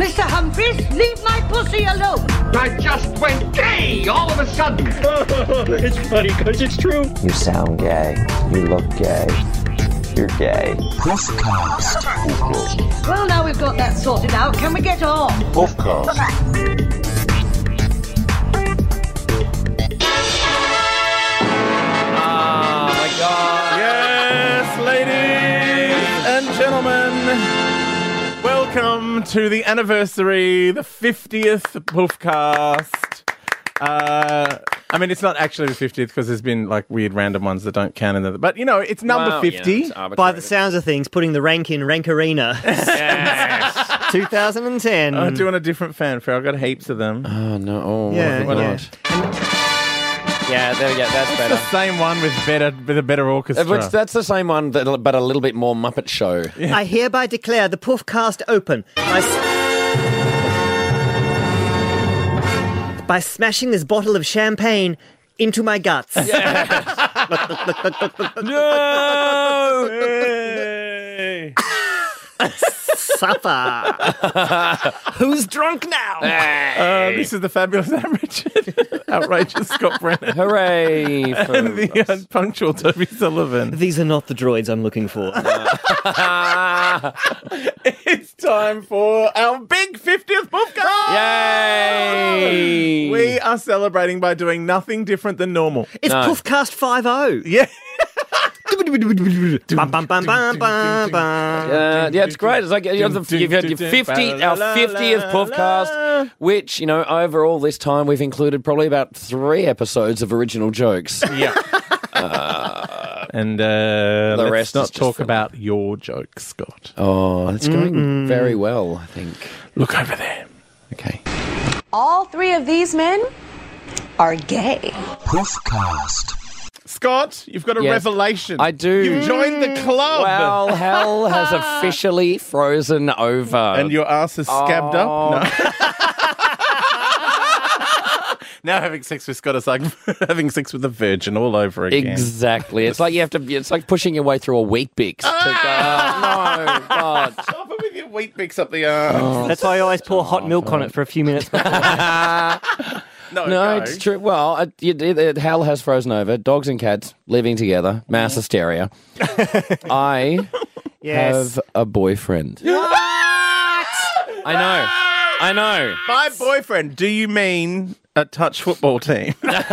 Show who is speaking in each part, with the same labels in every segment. Speaker 1: Mr. Humphries, leave my pussy alone.
Speaker 2: I just went gay all of a sudden.
Speaker 3: it's funny because it's true.
Speaker 4: You sound gay. You look gay. You're gay. Puffcast.
Speaker 1: Well, now we've got that sorted out, can we get on?
Speaker 4: Puffcast.
Speaker 5: Oh my god.
Speaker 3: Yes, ladies and gentlemen. Welcome to the anniversary, the 50th Poofcast. Uh, I mean, it's not actually the 50th because there's been like weird random ones that don't count in the, but you know, it's number
Speaker 5: Wow, yeah,
Speaker 3: 50.
Speaker 5: it's
Speaker 6: By the
Speaker 5: arbitrary.
Speaker 6: sounds of things, putting the rank in Rank Arena
Speaker 5: Yes.
Speaker 6: 2010.
Speaker 3: I'm doing a different fanfare. I've got heaps of them.
Speaker 5: oh no. Oh,
Speaker 6: yeah,
Speaker 3: why
Speaker 6: yeah.
Speaker 3: not?
Speaker 5: Yeah, there we go. That's better.
Speaker 3: the same one with better with a better orchestra.
Speaker 5: Which that's the same one, that, but a little bit more Muppet Show.
Speaker 6: I hereby declare the Poofcast open. I s- by smashing this bottle of champagne into my guts.
Speaker 3: no.
Speaker 6: Suffer. Who's drunk now?
Speaker 3: Uh, this is the fabulous Anne Richard, outrageous Scott Brennan,
Speaker 5: Hooray! For
Speaker 3: and the unpunctual Toby Sullivan.
Speaker 6: These are not the droids I'm looking for.
Speaker 5: Ah,
Speaker 3: It's time for our big 50th podcast!
Speaker 5: Yay!
Speaker 3: We are celebrating by doing nothing different than normal.
Speaker 6: It's
Speaker 5: No.
Speaker 6: Poofcast 5.0.
Speaker 3: Yeah.
Speaker 6: oh. Bum, bum, bum, bum, bum, bum.
Speaker 5: Uh, yeah, it's great. It's like you know, the, you've had your 50, our 50th podcast, which, you know, over all this time, we've included probably about three episodes of original jokes.
Speaker 3: Yeah. and uh,
Speaker 5: the
Speaker 3: let's
Speaker 5: rest is
Speaker 3: not
Speaker 5: just
Speaker 3: talk
Speaker 5: filler.
Speaker 3: about your joke, Scott.
Speaker 5: Oh, it's going very well, I think.
Speaker 3: Look over there.
Speaker 5: Okay.
Speaker 7: All three of these men are gay.
Speaker 4: Puffcast.
Speaker 3: Scott, you've got a
Speaker 5: Yes.
Speaker 3: revelation.
Speaker 5: I do.
Speaker 3: You've joined the club.
Speaker 5: Well, hell has officially frozen over.
Speaker 3: and your ass is scabbed up. No. now having sex with Scott is like having sex with a virgin all over again.
Speaker 5: Exactly. It's like you have to. It's like pushing your way through a wheat bix. To go,
Speaker 6: Ah!
Speaker 5: "Oh, no, God.
Speaker 3: Stop it with your wheat mix up the arse.
Speaker 6: That's why I always pour hot milk on it for a few minutes.
Speaker 3: No,
Speaker 5: No,
Speaker 3: go.
Speaker 5: it's true. Well, it, it, it, it- hell has frozen over. Dogs and cats living together, mass hysteria. I
Speaker 6: Yes.
Speaker 5: have a boyfriend. What? I know. I know.
Speaker 3: By boyfriend, do you mean a touch football team?
Speaker 5: No,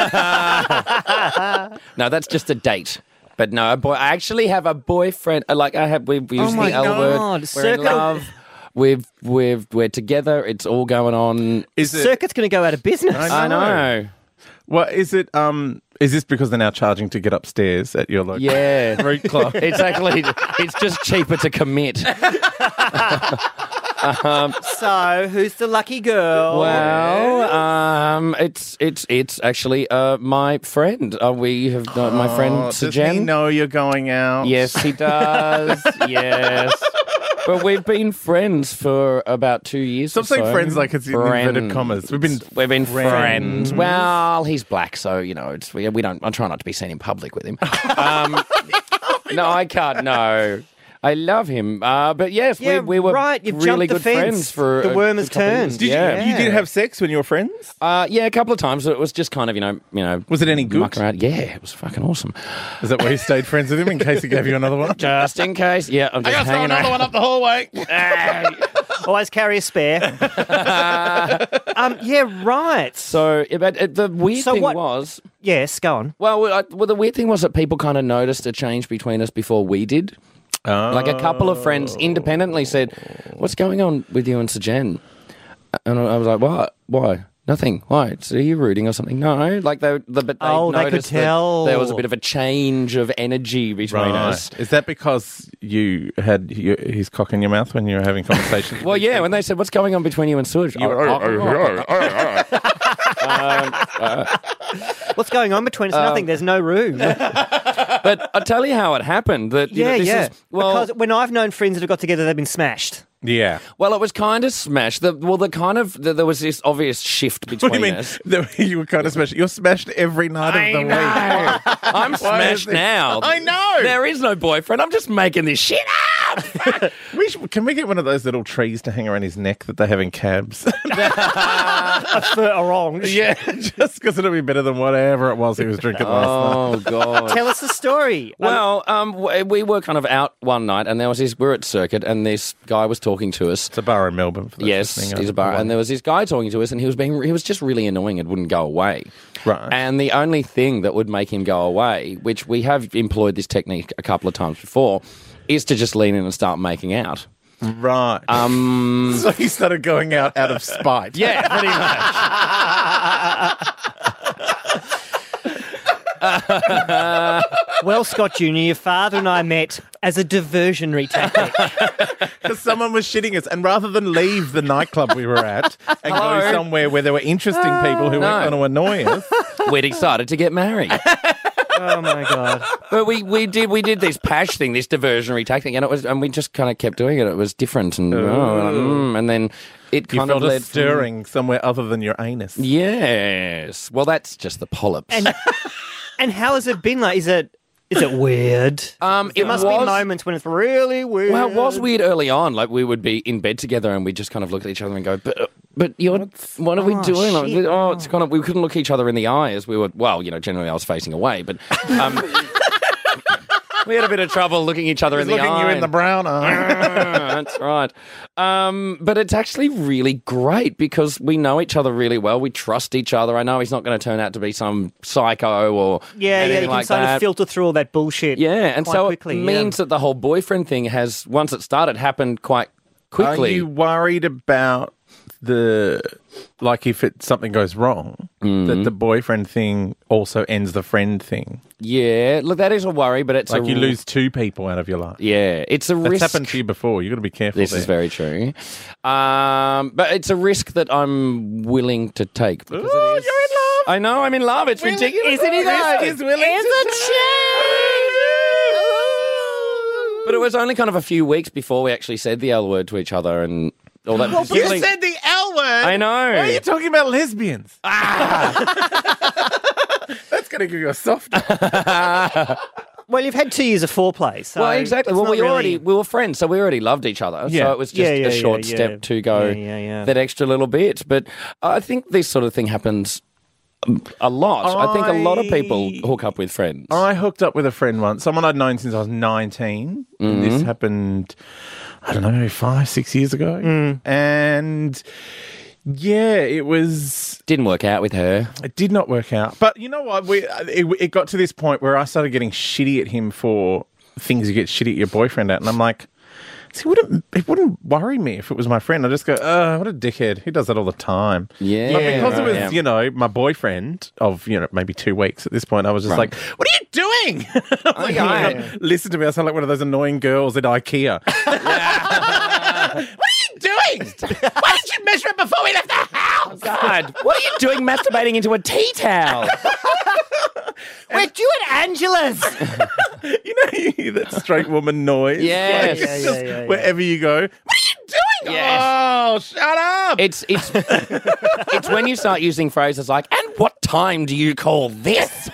Speaker 5: that's just a date. But no, a boy. I actually have a boyfriend. Uh, Like I have, we, we use
Speaker 6: Oh my
Speaker 5: the L
Speaker 6: God,
Speaker 5: word. We're in
Speaker 6: circle-
Speaker 5: love. We've, we've, we're together. It's all going on.
Speaker 3: Is it?
Speaker 6: Circuit's going to go out of business.
Speaker 5: I know.
Speaker 3: What is it? Um, is this because they're now charging to get upstairs at your local
Speaker 5: Yeah.
Speaker 3: root club?
Speaker 5: It's actually, it's just cheaper to commit.
Speaker 6: So, who's the lucky girl?
Speaker 5: Well, um, it's it's it's actually uh, my friend. Uh, we have uh, my friend
Speaker 3: Oh, does he
Speaker 5: Sajan.
Speaker 3: know you're going out?
Speaker 5: Yes, he does. yes. But we've been friends for about two years.
Speaker 3: Stop
Speaker 5: or
Speaker 3: saying
Speaker 5: so.
Speaker 3: friends like it's in inverted
Speaker 5: Friends.
Speaker 3: commas. We've been
Speaker 5: We've been friends.
Speaker 3: friends.
Speaker 5: Well, he's black, so you know it's we, we don't. I try not to be seen in public with him. Um, no, I can't. No, I love him. Uh, but yes,
Speaker 6: Yeah,
Speaker 5: we, we were
Speaker 6: right, you've
Speaker 5: really
Speaker 6: jumped the
Speaker 5: good
Speaker 6: fence.
Speaker 5: friends for
Speaker 6: The
Speaker 5: a-
Speaker 6: worm
Speaker 5: a
Speaker 6: has
Speaker 5: couple of years.
Speaker 6: turned.
Speaker 3: Did you,
Speaker 5: Yeah.
Speaker 3: you did have sex when you were friends?
Speaker 5: Uh, yeah, a couple of times. It was just kind of you know you know.
Speaker 3: Was it any good?
Speaker 5: muck around. Yeah, it was fucking awesome.
Speaker 3: Is that why you stayed friends with him in case he gave you another one?
Speaker 5: Just in case. Yeah, I'm just hanging around.
Speaker 3: up the hallway.
Speaker 6: Always carry a spare. um, yeah, right.
Speaker 5: So, yeah, but uh, the weird
Speaker 6: So
Speaker 5: thing
Speaker 6: what-
Speaker 5: was,
Speaker 6: Yes, go on.
Speaker 5: well, I, well, the weird thing was that people kind of noticed a change between us before we did. Like a couple of
Speaker 6: Oh.
Speaker 5: friends independently said, "What's going on with you and Sajan?" And I I was like, "What? Why? Nothing. Why? So are you rooting or something?" No, like they, the, but they
Speaker 6: Oh, they could
Speaker 5: noticed that
Speaker 6: tell.
Speaker 5: there was a bit of a change of energy between us.
Speaker 3: Is that because you had your, his cock in your mouth when you were having conversations?
Speaker 5: Well, yeah, when they said, "What's going on between you and Sewage?"
Speaker 3: Oh,
Speaker 5: I- "Oh,
Speaker 6: What's going on between us?
Speaker 5: Um,
Speaker 6: Nothing. There's no room. yeah,
Speaker 3: oh."
Speaker 5: but I tell you how it happened. That you know, this
Speaker 6: yeah.
Speaker 5: is- well,
Speaker 6: because when I've known friends that have got together, they've been smashed.
Speaker 3: yeah.
Speaker 5: well, it was kind of smashed. The, well, the kind of the, there was this obvious shift between
Speaker 3: What do you mean?
Speaker 5: us.
Speaker 3: The- you were kind of smashed. You're smashed every night of the week. Why
Speaker 5: I'm
Speaker 3: is
Speaker 5: smashed
Speaker 3: this-
Speaker 5: now.
Speaker 3: I know.
Speaker 5: There is no boyfriend. I'm just making this shit
Speaker 3: We should, can we get one of those little trees to hang around his neck that they have in cabs?
Speaker 6: For orange.
Speaker 3: yeah, just because it'll be better than whatever it was he was drinking last night.
Speaker 5: Oh god.
Speaker 6: Tell us the story.
Speaker 5: Well, um, w- we were kind of out one night, and there was this. We were at circuit, and this guy was talking to us.
Speaker 3: It's a bar in Melbourne. For those
Speaker 5: Yes,
Speaker 3: listening.
Speaker 5: he's a bar, and there was this guy talking to us, and he was being he was just really annoying. It wouldn't go away.
Speaker 3: Right.
Speaker 5: And the only thing that would make him go away, which we have employed this technique a couple of times before, is to just lean in and start making out.
Speaker 3: right. Um, so he started going out out of spite.
Speaker 5: Yeah, pretty much.
Speaker 6: well, Scott Jr., your father and I met as a diversionary tactic.
Speaker 3: because someone was shitting us, and rather than leave the nightclub we were at and go somewhere where there were interesting people who weren't going
Speaker 5: no.
Speaker 3: to annoy us,
Speaker 5: we decided to get married.
Speaker 6: oh my god.
Speaker 5: But we, we did we did this pash thing, this diversionary tactic, and it was and we just kind of kept doing it. It was different, and oh, and, mm, and then it
Speaker 3: you
Speaker 5: kind
Speaker 3: felt
Speaker 5: of
Speaker 3: a
Speaker 5: led
Speaker 3: stirring somewhere other than your anus.
Speaker 5: Yes. Well, that's just the polyps.
Speaker 6: And and how has it been like? Is it is it weird?
Speaker 5: um,
Speaker 6: There must be moments when it's really weird.
Speaker 5: Well, it was weird early on. Like we would be in bed together and we just kind of look at each other and go, "But, uh, but you're, what are we doing?" Like,
Speaker 6: shit.
Speaker 5: oh, it's kind of we couldn't look each other in the eye as we were. Well, you know, generally I was facing away, but um, we had a bit of trouble looking each other in the
Speaker 3: Looking
Speaker 5: eye.
Speaker 3: you in the brown eye.
Speaker 5: That's right. Um, but it's actually really great because we know each other really well. We trust each other. I know he's not going to turn out to be some psycho or
Speaker 6: Yeah, yeah.
Speaker 5: anything
Speaker 6: You can
Speaker 5: like
Speaker 6: sort
Speaker 5: that.
Speaker 6: of filter through all that bullshit.
Speaker 5: Yeah, and
Speaker 6: quite
Speaker 5: so
Speaker 6: quickly,
Speaker 5: it
Speaker 6: yeah.
Speaker 5: means that the whole boyfriend thing has once it started happened quite quickly.
Speaker 3: Are you worried about the like if it something goes wrong
Speaker 5: Mm.
Speaker 3: that the boyfriend thing also ends the friend thing?
Speaker 5: Yeah, look, that is a worry, but it's
Speaker 3: Like
Speaker 5: a
Speaker 3: you lose two people out of your life.
Speaker 5: Yeah, it's a
Speaker 3: That's
Speaker 5: risk.
Speaker 3: happened to you before. You've got to be careful.
Speaker 5: This
Speaker 3: there.
Speaker 5: is very true, um, but it's a risk that I'm willing to take because it is.
Speaker 3: You're
Speaker 5: I know I'm in love. It's ridiculous,
Speaker 6: isn't he though?
Speaker 5: Risk is willing to take. But it was only kind of a few weeks before we actually said the L word to each other and all that.
Speaker 3: in love. You said the L word.
Speaker 5: I know.
Speaker 3: Why are you talking about lesbians? That's going to give you a soft.
Speaker 6: Well, you've had two years of foreplay. So
Speaker 5: Well, exactly.
Speaker 6: it's
Speaker 5: Well,
Speaker 6: not
Speaker 5: we
Speaker 6: really-
Speaker 5: already we were friends, so we already loved each other.
Speaker 3: Yeah.
Speaker 5: So it was just
Speaker 6: Yeah, yeah,
Speaker 5: a short
Speaker 6: yeah, yeah.
Speaker 5: step to go
Speaker 6: Yeah, yeah, yeah.
Speaker 5: that extra little bit. But I think this sort of thing happens um, a lot. I, think a lot of people
Speaker 3: I-
Speaker 5: hook up with friends.
Speaker 3: I hooked up with a friend once, someone I'd known since I was 19. And this happened, I don't know, maybe five, six years ago. And yeah, it was,
Speaker 5: Didn't work out with her.
Speaker 3: it did not work out. But you know what? We, it, it got to this point where I started getting shitty at him for things you get shitty at your boyfriend at. And I'm like, see, it wouldn't, it wouldn't worry me if it was my friend. I just go, oh, what a dickhead. He does that all the time.
Speaker 5: Yeah,
Speaker 3: But because it
Speaker 5: right,
Speaker 3: was,
Speaker 5: yeah.
Speaker 3: you know, my boyfriend of, you know, maybe two weeks at this point, I was just
Speaker 5: Right.
Speaker 3: like, what are you doing? I'm like,
Speaker 5: yeah.
Speaker 3: "Oh my God." Listen to me. I sound like one of those annoying girls at IKEA. what are you doing? Why did you measure it before we left the house?
Speaker 5: Oh, God, what are you doing masturbating into a tea towel?
Speaker 6: We're due at Angela's.
Speaker 3: You know, you hear that straight woman noise.
Speaker 5: Yes.
Speaker 3: Like, it's
Speaker 5: Yeah, yeah,
Speaker 3: just
Speaker 6: yeah, yeah.
Speaker 3: wherever you go, what are you doing?
Speaker 5: Yes.
Speaker 3: Oh, shut up.
Speaker 5: It's it's it's when you start using phrases like "and what time do you call this?"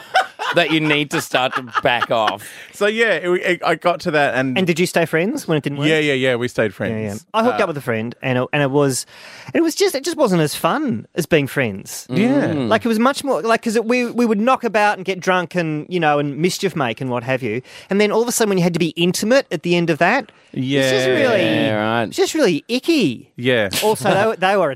Speaker 5: that you need to start to back off.
Speaker 3: so, yeah, it, it, I got to that. And,
Speaker 6: and did you stay friends when it didn't work?
Speaker 3: yeah, yeah, yeah, we stayed
Speaker 6: Yeah, yeah.
Speaker 5: Uh,
Speaker 3: friends.
Speaker 6: I hooked up with a friend, and it, and it was, it was just it just wasn't as fun as being friends.
Speaker 5: Mm.
Speaker 3: Yeah.
Speaker 6: Like it was much more like because we we would knock about and get drunk and you know and mischief make and what have you, and then all of a sudden when you had to be intimate at the end of that,
Speaker 3: Yeah.
Speaker 6: it's just really,
Speaker 5: Yeah, right.
Speaker 6: it's just really icky.
Speaker 3: Yeah.
Speaker 6: Also, they, were- they were a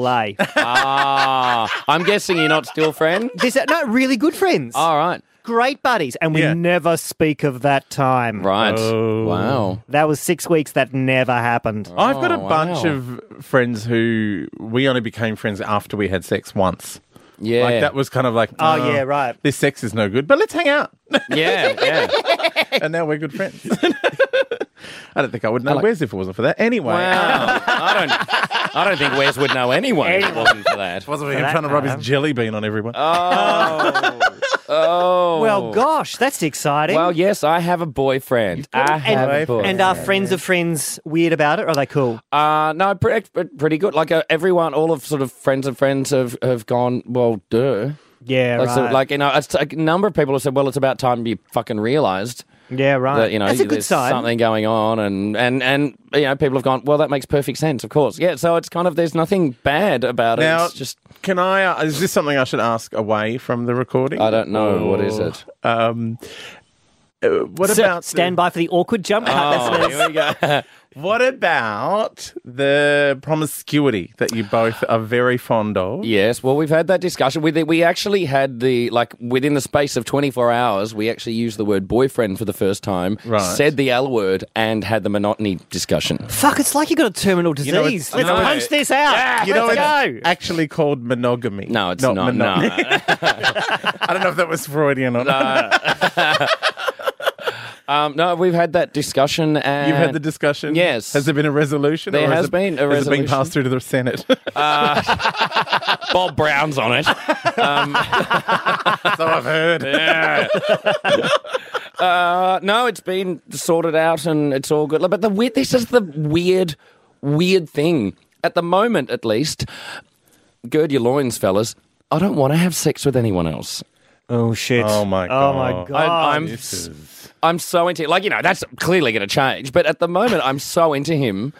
Speaker 6: lay.
Speaker 5: Ah, I'm guessing you're not still friends.
Speaker 6: There's no really good friends,
Speaker 5: All right,
Speaker 6: great buddies, and we
Speaker 3: Yeah.
Speaker 6: never speak of that time.
Speaker 5: right.
Speaker 3: Oh.
Speaker 5: Wow.
Speaker 6: That was six weeks. That never happened.
Speaker 3: I've got a
Speaker 5: Oh,
Speaker 3: bunch
Speaker 5: wow.
Speaker 3: of friends who we only became friends after we had sex once.
Speaker 5: Yeah.
Speaker 3: Like that was kind of like, "Ah,
Speaker 6: Oh, yeah, right.
Speaker 3: This sex is no good, but let's hang out.
Speaker 5: Yeah, yeah.
Speaker 3: and now we're good friends. I don't think I would know Wes if it wasn't for that. Anyway,
Speaker 5: Wow. I don't I don't think Wes would know anyone if it wasn't for that.
Speaker 3: wasn't him trying to rub his jelly bean on everyone.
Speaker 5: Oh.
Speaker 6: Well, gosh, that's exciting.
Speaker 5: Well, yes, I have a boyfriend. I have a
Speaker 3: boyfriend.
Speaker 5: boyfriend.
Speaker 6: And are friends of friends weird about it? Or are they cool?
Speaker 5: Uh, no, pretty, pretty good. Like uh, everyone, all of sort of friends and friends have, have gone, well, duh.
Speaker 6: Yeah,
Speaker 5: Like,
Speaker 6: right.
Speaker 5: so, like, you know, it's- a number of people have said, well, it's about time you fucking realised.
Speaker 6: Yeah, right.
Speaker 5: that, you know,
Speaker 6: That's a good
Speaker 5: there's
Speaker 6: sign.
Speaker 5: something going on, and and and you know, people have gone. Well, that makes perfect sense, of course. Yeah, so it's kind of there's nothing bad about it.
Speaker 3: Now,
Speaker 5: It's just
Speaker 3: can I? Uh, is this something I should ask away from the recording?
Speaker 5: I don't know what is it.
Speaker 3: Um, uh, what
Speaker 6: So,
Speaker 3: about the-
Speaker 6: stand by for the awkward jump cut. That's
Speaker 5: Oh, here we go.
Speaker 3: What about the promiscuity that you both are very fond of?
Speaker 5: Yes, well, we've had that discussion. We we actually had the like within the space of twenty four hours, we actually used the word boyfriend for the first time.
Speaker 3: Right.
Speaker 5: Said the L word and had the monotony discussion.
Speaker 6: Fuck, it's like you got a terminal disease.
Speaker 3: know,
Speaker 6: Let's
Speaker 3: it's- you know,
Speaker 6: punch
Speaker 3: it-
Speaker 6: this out.
Speaker 3: You know,
Speaker 6: Let's
Speaker 3: it's
Speaker 6: go.
Speaker 3: actually called monogamy.
Speaker 5: No, it's not.
Speaker 3: monogamy.
Speaker 5: no.
Speaker 3: I don't know if that was Freudian or not.
Speaker 5: Um, no, we've had that discussion. And
Speaker 3: You've had the discussion.
Speaker 5: Yes.
Speaker 3: Has there been a resolution?
Speaker 5: There
Speaker 3: or
Speaker 5: has
Speaker 3: it-
Speaker 5: been a
Speaker 3: Has it been
Speaker 5: resolution. Uh,
Speaker 3: passed through to the Senate?
Speaker 5: Bob Brown's on it.
Speaker 3: so I've heard.
Speaker 5: Uh, no, it's been sorted out and it's all good. But the weird, this is the weird, weird thing. At the moment, at least, gird your loins, fellas. I don't want to have sex with anyone else.
Speaker 6: Oh shit.
Speaker 3: Oh, my
Speaker 6: Oh my
Speaker 3: God.
Speaker 6: god.
Speaker 5: I, I'm, I'm so into like you know that's clearly going to change, but at the moment I'm so into him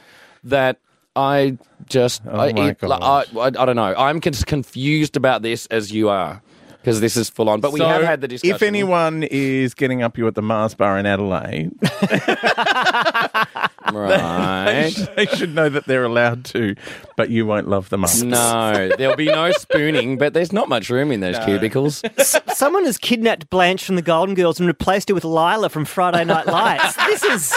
Speaker 5: that I just I,
Speaker 3: Oh my
Speaker 5: it- like, I, I I don't know. I'm as confused about this as you are because this is full on. But we
Speaker 3: So,
Speaker 5: have had the discussion.
Speaker 3: If anyone is getting up you at the Mars bar in Adelaide,
Speaker 5: right?
Speaker 3: they should know that they're allowed to, but you won't love the Mars.
Speaker 5: no, there'll be no spooning, but there's not much room in those cubicles.
Speaker 6: S- Someone has kidnapped Blanche from the Golden Girls and replaced her with Lila from Friday Night Lights. this is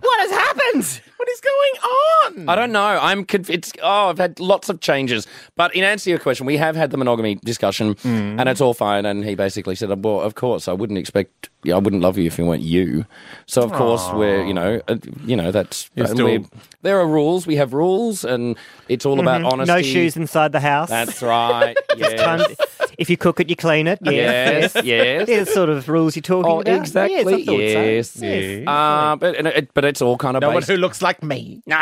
Speaker 6: what has happened.
Speaker 3: What is going on?
Speaker 5: I don't know. I'm conf- it's oh, I've had lots of changes. But in answer to your question, we have had the monogamy discussion, and it's all fine. And he basically said, "Well, of course, I wouldn't expect, yeah, I wouldn't love you if you weren't you." So of course we're, you know, uh, you know that's
Speaker 3: You're
Speaker 5: and
Speaker 3: still-
Speaker 5: we're- there are rules. We have rules, and it's all about honesty.
Speaker 6: Mm-hmm. No shoes inside the house.
Speaker 5: That's right.
Speaker 6: Time-
Speaker 5: yes.
Speaker 6: if you cook it, you clean it. Yes.
Speaker 5: Yes. Yes.
Speaker 6: They're the sort of rules you're talking
Speaker 5: Oh,
Speaker 6: about. Yes, I
Speaker 5: exactly.
Speaker 6: thought so.
Speaker 5: yes.
Speaker 6: Yes.
Speaker 5: Uh, but and it, but it's all kind of
Speaker 3: No one
Speaker 5: based-
Speaker 3: who looks like me.
Speaker 5: no.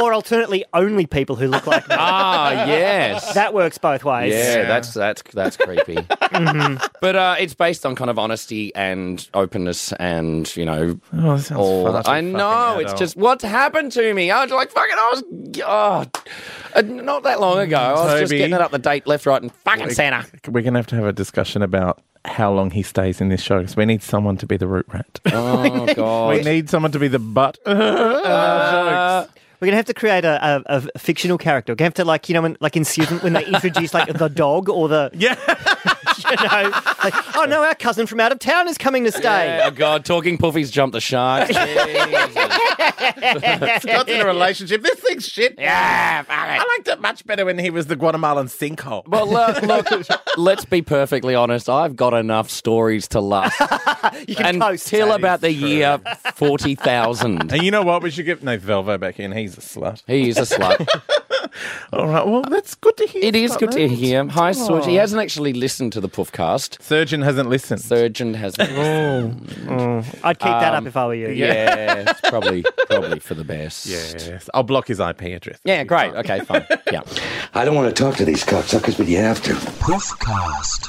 Speaker 6: Or alternately, only people who look like me.
Speaker 5: ah yes.
Speaker 6: That works both ways.
Speaker 5: Yeah, that's that's that's creepy.
Speaker 6: Mm-hmm.
Speaker 5: But uh, it's based on kind of honesty and openness, and you know,
Speaker 3: Oh, that sounds
Speaker 5: all
Speaker 3: far too
Speaker 5: I know.
Speaker 3: fucking
Speaker 5: It's
Speaker 3: adult.
Speaker 5: just what's happened to me. I was like, fucking, I was oh, uh, not that long ago. I was just
Speaker 3: Toby.
Speaker 5: getting it up the date, left, right, and fucking center.
Speaker 3: We're going to have to have a discussion about how long he stays in this show because we need someone to be the root rat.
Speaker 5: Oh
Speaker 3: we
Speaker 5: god. Uh,
Speaker 3: need someone to be the butt.
Speaker 6: We're gonna have to create a, a, a fictional character. We're gonna have to like you know when like in student when they introduce like the dog or the
Speaker 3: yeah.
Speaker 6: you know like, oh no our cousin from out of town is coming to stay.
Speaker 5: Yeah, oh god, talking puffies jumped the shark.
Speaker 3: Scott's in a relationship. This thing's shit.
Speaker 5: yeah, fuck it.
Speaker 3: I liked it much better when he was the Guatemalan sinkhole.
Speaker 5: Well, look, look, let's be perfectly honest. I've got enough stories to last
Speaker 6: You can post.
Speaker 5: until about the year 40,000.
Speaker 3: And you know what? We should get no Velvo back in. He's a slut.
Speaker 5: He is a slut.
Speaker 3: All right. Well, that's good to hear.
Speaker 5: it is
Speaker 3: Scott,
Speaker 5: good to
Speaker 3: mate.
Speaker 5: hear him. Hi, Switch.
Speaker 3: Oh.
Speaker 5: He hasn't actually listened to the Puffcast.
Speaker 3: Surgeon hasn't listened.
Speaker 5: Surgeon hasn't. listened.
Speaker 6: I'd keep that up if I were you.
Speaker 5: Um,
Speaker 3: Oh.
Speaker 5: yeah, it's probably probably for the best.
Speaker 3: yes. I'll block his IP address.
Speaker 5: Yeah, great. Okay, fine. Yeah.
Speaker 4: I don't want to talk to these cocksuckers, but you have to.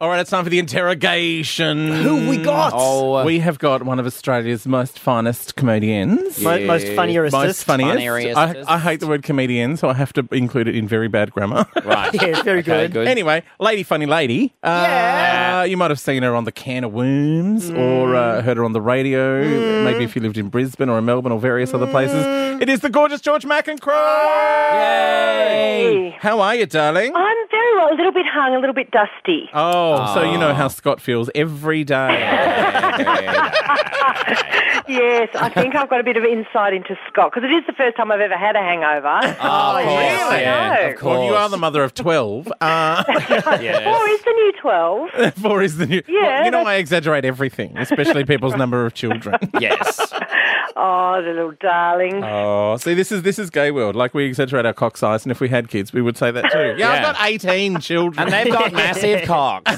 Speaker 3: All right. It's time for the interrogation.
Speaker 6: Who we got?
Speaker 5: Oh, uh,
Speaker 3: we have got one of Australia's most finest comedians.
Speaker 6: Mo- most funniest.
Speaker 3: Most funniest.
Speaker 5: Funniest.
Speaker 3: I, I hate the word comedian, so I have to include it in very bad grammar.
Speaker 5: right.
Speaker 6: Yeah, very
Speaker 5: Okay,
Speaker 6: good.
Speaker 5: good.
Speaker 3: Anyway, Lady Funny Lady. Uh,
Speaker 6: Yeah.
Speaker 3: You might have seen her on the Can of Worms
Speaker 5: Mm.
Speaker 3: or uh, heard her on the radio, maybe if you lived in Brisbane or in Melbourne or various other places.
Speaker 5: Mm.
Speaker 3: It is the gorgeous George McEncrow.
Speaker 5: Yay!
Speaker 3: How are you, darling?
Speaker 8: I'm very well. A little bit hung, a little bit dusty.
Speaker 3: Oh, so you
Speaker 5: Ah.
Speaker 3: know how Scott feels every day.
Speaker 8: Yes, I think I've got a bit of insight into Scott because it is the first time I've ever had a hangover.
Speaker 5: Oh, of course,
Speaker 8: really?
Speaker 5: yeah, of course.
Speaker 3: Well, you are the mother of 12. Uh,
Speaker 8: Or is the new 12?
Speaker 3: four is the new.
Speaker 8: Yeah,
Speaker 3: Well, you know,
Speaker 8: that's-
Speaker 3: I exaggerate everything, especially people's number of children.
Speaker 5: Yes.
Speaker 8: Oh, the little darling.
Speaker 3: Oh, see, this is this is gay world. Like we exaggerate our cock size, and if we had kids, we would say that too. Yeah, I've
Speaker 5: Yeah.
Speaker 3: got eighteen children.
Speaker 5: And they've got massive cocks.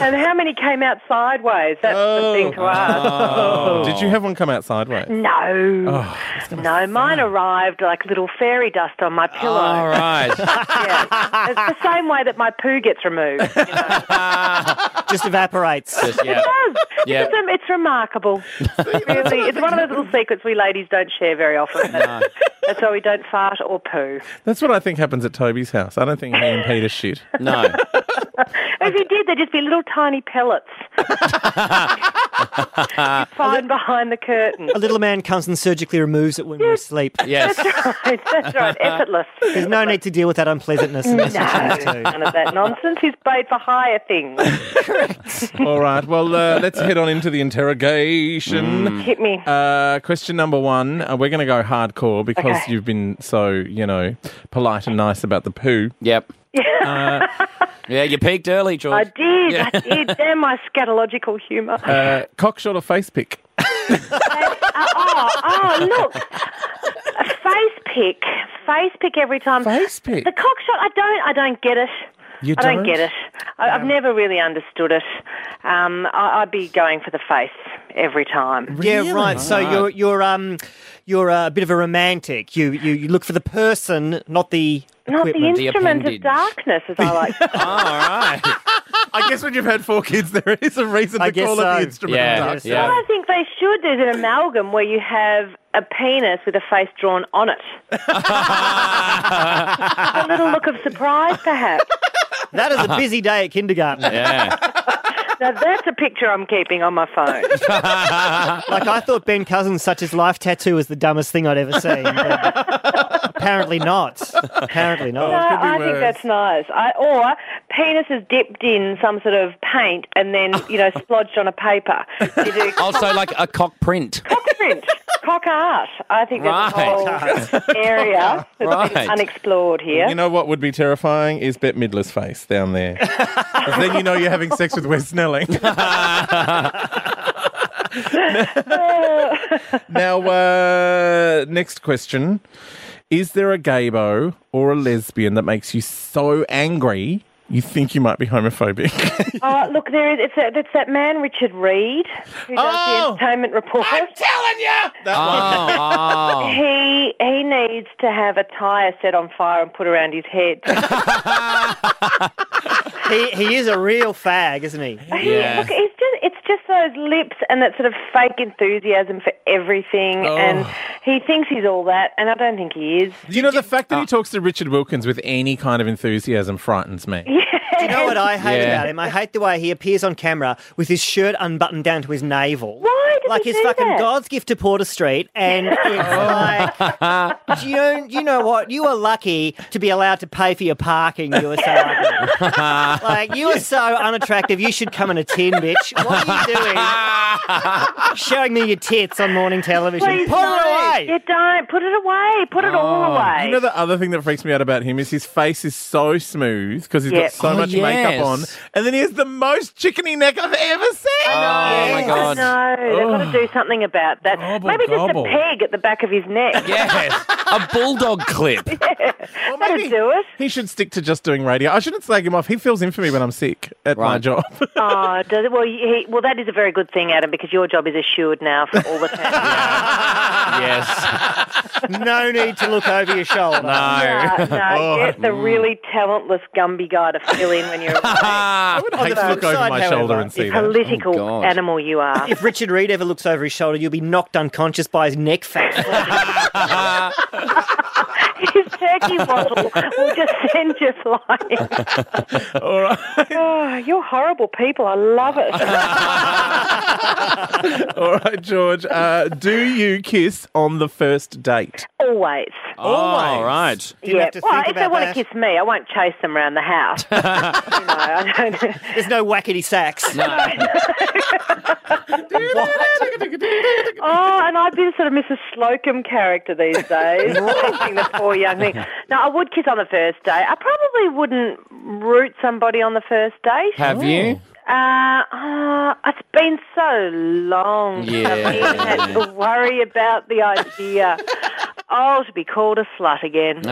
Speaker 8: And how many came out
Speaker 5: uh,
Speaker 8: sideways? That's the thing to ask.
Speaker 3: Oh.
Speaker 5: Oh.
Speaker 3: Did you have one come out sideways?
Speaker 8: No.
Speaker 3: It's gonna
Speaker 8: No, mine arrived like little fairy dust on my pillow.
Speaker 5: All right.
Speaker 8: yeah. It's the same way that my poo gets removed. You know.
Speaker 6: Just evaporates.
Speaker 5: Just, yeah. Yeah.
Speaker 8: It's, um, it's remarkable. really, it's one of those little secrets we ladies don't share very often. That's why we don't fart or poo.
Speaker 3: That's what I think happens at Toby's house. I don't think he and Peter shit.
Speaker 5: No.
Speaker 8: If you did, they'd just be little tiny pellets. Fine behind the curtain.
Speaker 6: A little man comes and surgically removes it when we're asleep.
Speaker 5: Yes.
Speaker 8: That's right, effortless.
Speaker 6: There's no need to deal with that unpleasantness.
Speaker 5: Mm,
Speaker 6: unless you choose
Speaker 8: No,
Speaker 6: to.
Speaker 8: none of that nonsense. He's paid for higher things.
Speaker 3: All right. Well, uh, let's head on into the interrogation.
Speaker 5: Mm.
Speaker 8: Hit me.
Speaker 3: Uh, question number one. Uh, we're going to go hardcore because
Speaker 8: Okay.
Speaker 3: you've been so, you know, polite and nice about the poo.
Speaker 5: Yep. Uh, yeah, you peaked early,
Speaker 8: I
Speaker 5: George.
Speaker 8: did, I did. Damn my scatological humour.
Speaker 3: Uh, cockshot or face pick?
Speaker 8: oh, oh, look. A face pick. Face pick every time.
Speaker 3: Face pick?
Speaker 8: The cock shot, I don't, I don't get it.
Speaker 3: You
Speaker 8: I don't,
Speaker 3: don't?
Speaker 8: get it. I, I've never really understood it. Um, I, I'd be going for the face every time.
Speaker 6: Yeah, right. So you're you're um you're uh, a bit of a romantic. You you, you look for the person, not the
Speaker 8: Not the
Speaker 6: equipment.
Speaker 5: The
Speaker 8: instrument
Speaker 5: appendage.
Speaker 8: of darkness, as I like. to-
Speaker 5: All right.
Speaker 3: I guess when you've had four kids, there is a reason to
Speaker 6: I guess
Speaker 3: call it the
Speaker 6: so.
Speaker 3: instrument.
Speaker 5: Yeah,
Speaker 3: of darkness.
Speaker 5: yeah.
Speaker 8: I think they should. There's an amalgam where you have a penis with a face drawn on it. a little look of surprise, perhaps.
Speaker 6: That is a busy day at kindergarten.
Speaker 5: Yeah.
Speaker 8: Now that's a picture I'm keeping on my phone.
Speaker 6: Like I thought Ben Cousins' such as life tattoo was the dumbest thing I'd ever seen. but apparently not. Apparently
Speaker 8: No,
Speaker 6: not.
Speaker 3: could be
Speaker 8: I think
Speaker 3: worse.
Speaker 8: that's nice. I, or penis is dipped in some sort of paint and then, you know, splodged on a paper. You do cock
Speaker 5: Also, like a cock print.
Speaker 8: print, cock art. I think there's
Speaker 5: Right.
Speaker 8: a whole area that's been
Speaker 5: Right.
Speaker 8: unexplored here.
Speaker 3: You know what would be terrifying is Bette Midler's face down there. 'Cause then you know you're having sex with Wes Snelling. now, uh, next question. Is there a gaybo or a lesbian that makes you so angry you think you might be homophobic?
Speaker 8: oh, look, there is, it's, a, it's that man, Richard Reed, who does
Speaker 3: Oh!
Speaker 8: the entertainment report.
Speaker 3: telling you! That one.
Speaker 5: Oh, oh.
Speaker 8: He he needs to have a tyre set on fire and put around his head.
Speaker 6: He, he is a real fag, isn't he?
Speaker 8: He-
Speaker 5: Yeah.
Speaker 8: Look, it's just it's just those lips and that sort of fake enthusiasm for everything,
Speaker 6: Oh.
Speaker 8: and he thinks he's all that, and I don't think he is.
Speaker 3: Do you know the fact that he talks to Richard Wilkins with any kind of enthusiasm frightens me?
Speaker 6: You know what I hate
Speaker 5: Yeah.
Speaker 6: about him? I hate the way he appears on camera with his shirt unbuttoned down to his navel.
Speaker 8: Why does
Speaker 6: Like
Speaker 8: he
Speaker 6: his
Speaker 8: do
Speaker 6: fucking
Speaker 8: that? Oh.
Speaker 6: God's gift to Porter Street, and it's like, do you know, you know what? You are lucky to be allowed to pay for your parking. You are so ugly. like you are so unattractive. You should come in a tin, bitch. What are you doing? Showing me your tits on morning television.
Speaker 8: Please
Speaker 6: Put
Speaker 8: don't.
Speaker 6: it away. Oh,
Speaker 8: Yeah, don't put it away. Put it all away.
Speaker 3: You know the other thing that freaks me out about him is his face is so smooth because he's
Speaker 8: Yeah.
Speaker 3: got so
Speaker 5: Oh,
Speaker 3: much makeup
Speaker 5: yes.
Speaker 3: on, and then he has the most chickeny neck I've ever seen.
Speaker 5: Oh, my God.
Speaker 8: No, they've got to do something about that.
Speaker 3: Gobble,
Speaker 8: Maybe
Speaker 3: gobble.
Speaker 8: just a peg at the back of his neck.
Speaker 5: Yes. A bulldog clip.
Speaker 3: Or
Speaker 8: That'll do it.
Speaker 3: He should stick to just doing radio. I shouldn't slag him off. He fills in for me when I'm sick at my
Speaker 5: Right.
Speaker 3: job.
Speaker 8: Oh, does it, well, he, well, that is a very good thing, Adam, because your job is assured now for all the time.
Speaker 5: Yes.
Speaker 6: No need to look over your shoulder.
Speaker 8: No, no, get the
Speaker 3: Mm.
Speaker 8: really talentless Gumby guy to fill in when you're a
Speaker 3: I would hate to
Speaker 6: flip
Speaker 3: look over
Speaker 6: side,
Speaker 3: my
Speaker 6: however,
Speaker 3: shoulder and see that.
Speaker 8: political
Speaker 5: Oh, God.
Speaker 8: animal you are.
Speaker 6: If Richard Reed ever looks over his shoulder, you'll be knocked unconscious by his neck fat.
Speaker 8: His turkey waddle will just send you flying.
Speaker 3: All right.
Speaker 8: Oh, you're horrible people. I love it.
Speaker 3: All right, George. Uh, do you kiss on the first date?
Speaker 8: Always.
Speaker 5: All Oh, right.
Speaker 6: You
Speaker 8: yeah.
Speaker 6: have to
Speaker 8: Well,
Speaker 6: think
Speaker 8: if they
Speaker 6: about
Speaker 8: want
Speaker 6: that.
Speaker 8: to kiss me, I won't chase them around the house. you know, I don't.
Speaker 6: There's no whackety sacks.
Speaker 8: Oh, and I'd be the sort of Mrs. Slocum character these days, teaching the poor young thing. No, I would kiss on the first day. I probably wouldn't root somebody on the first date.
Speaker 5: Have you?
Speaker 8: Uh, oh, it's been so long. since I've
Speaker 5: Yeah.
Speaker 8: even had to worry about the idea. Oh, to be called a slut again.
Speaker 5: Uh,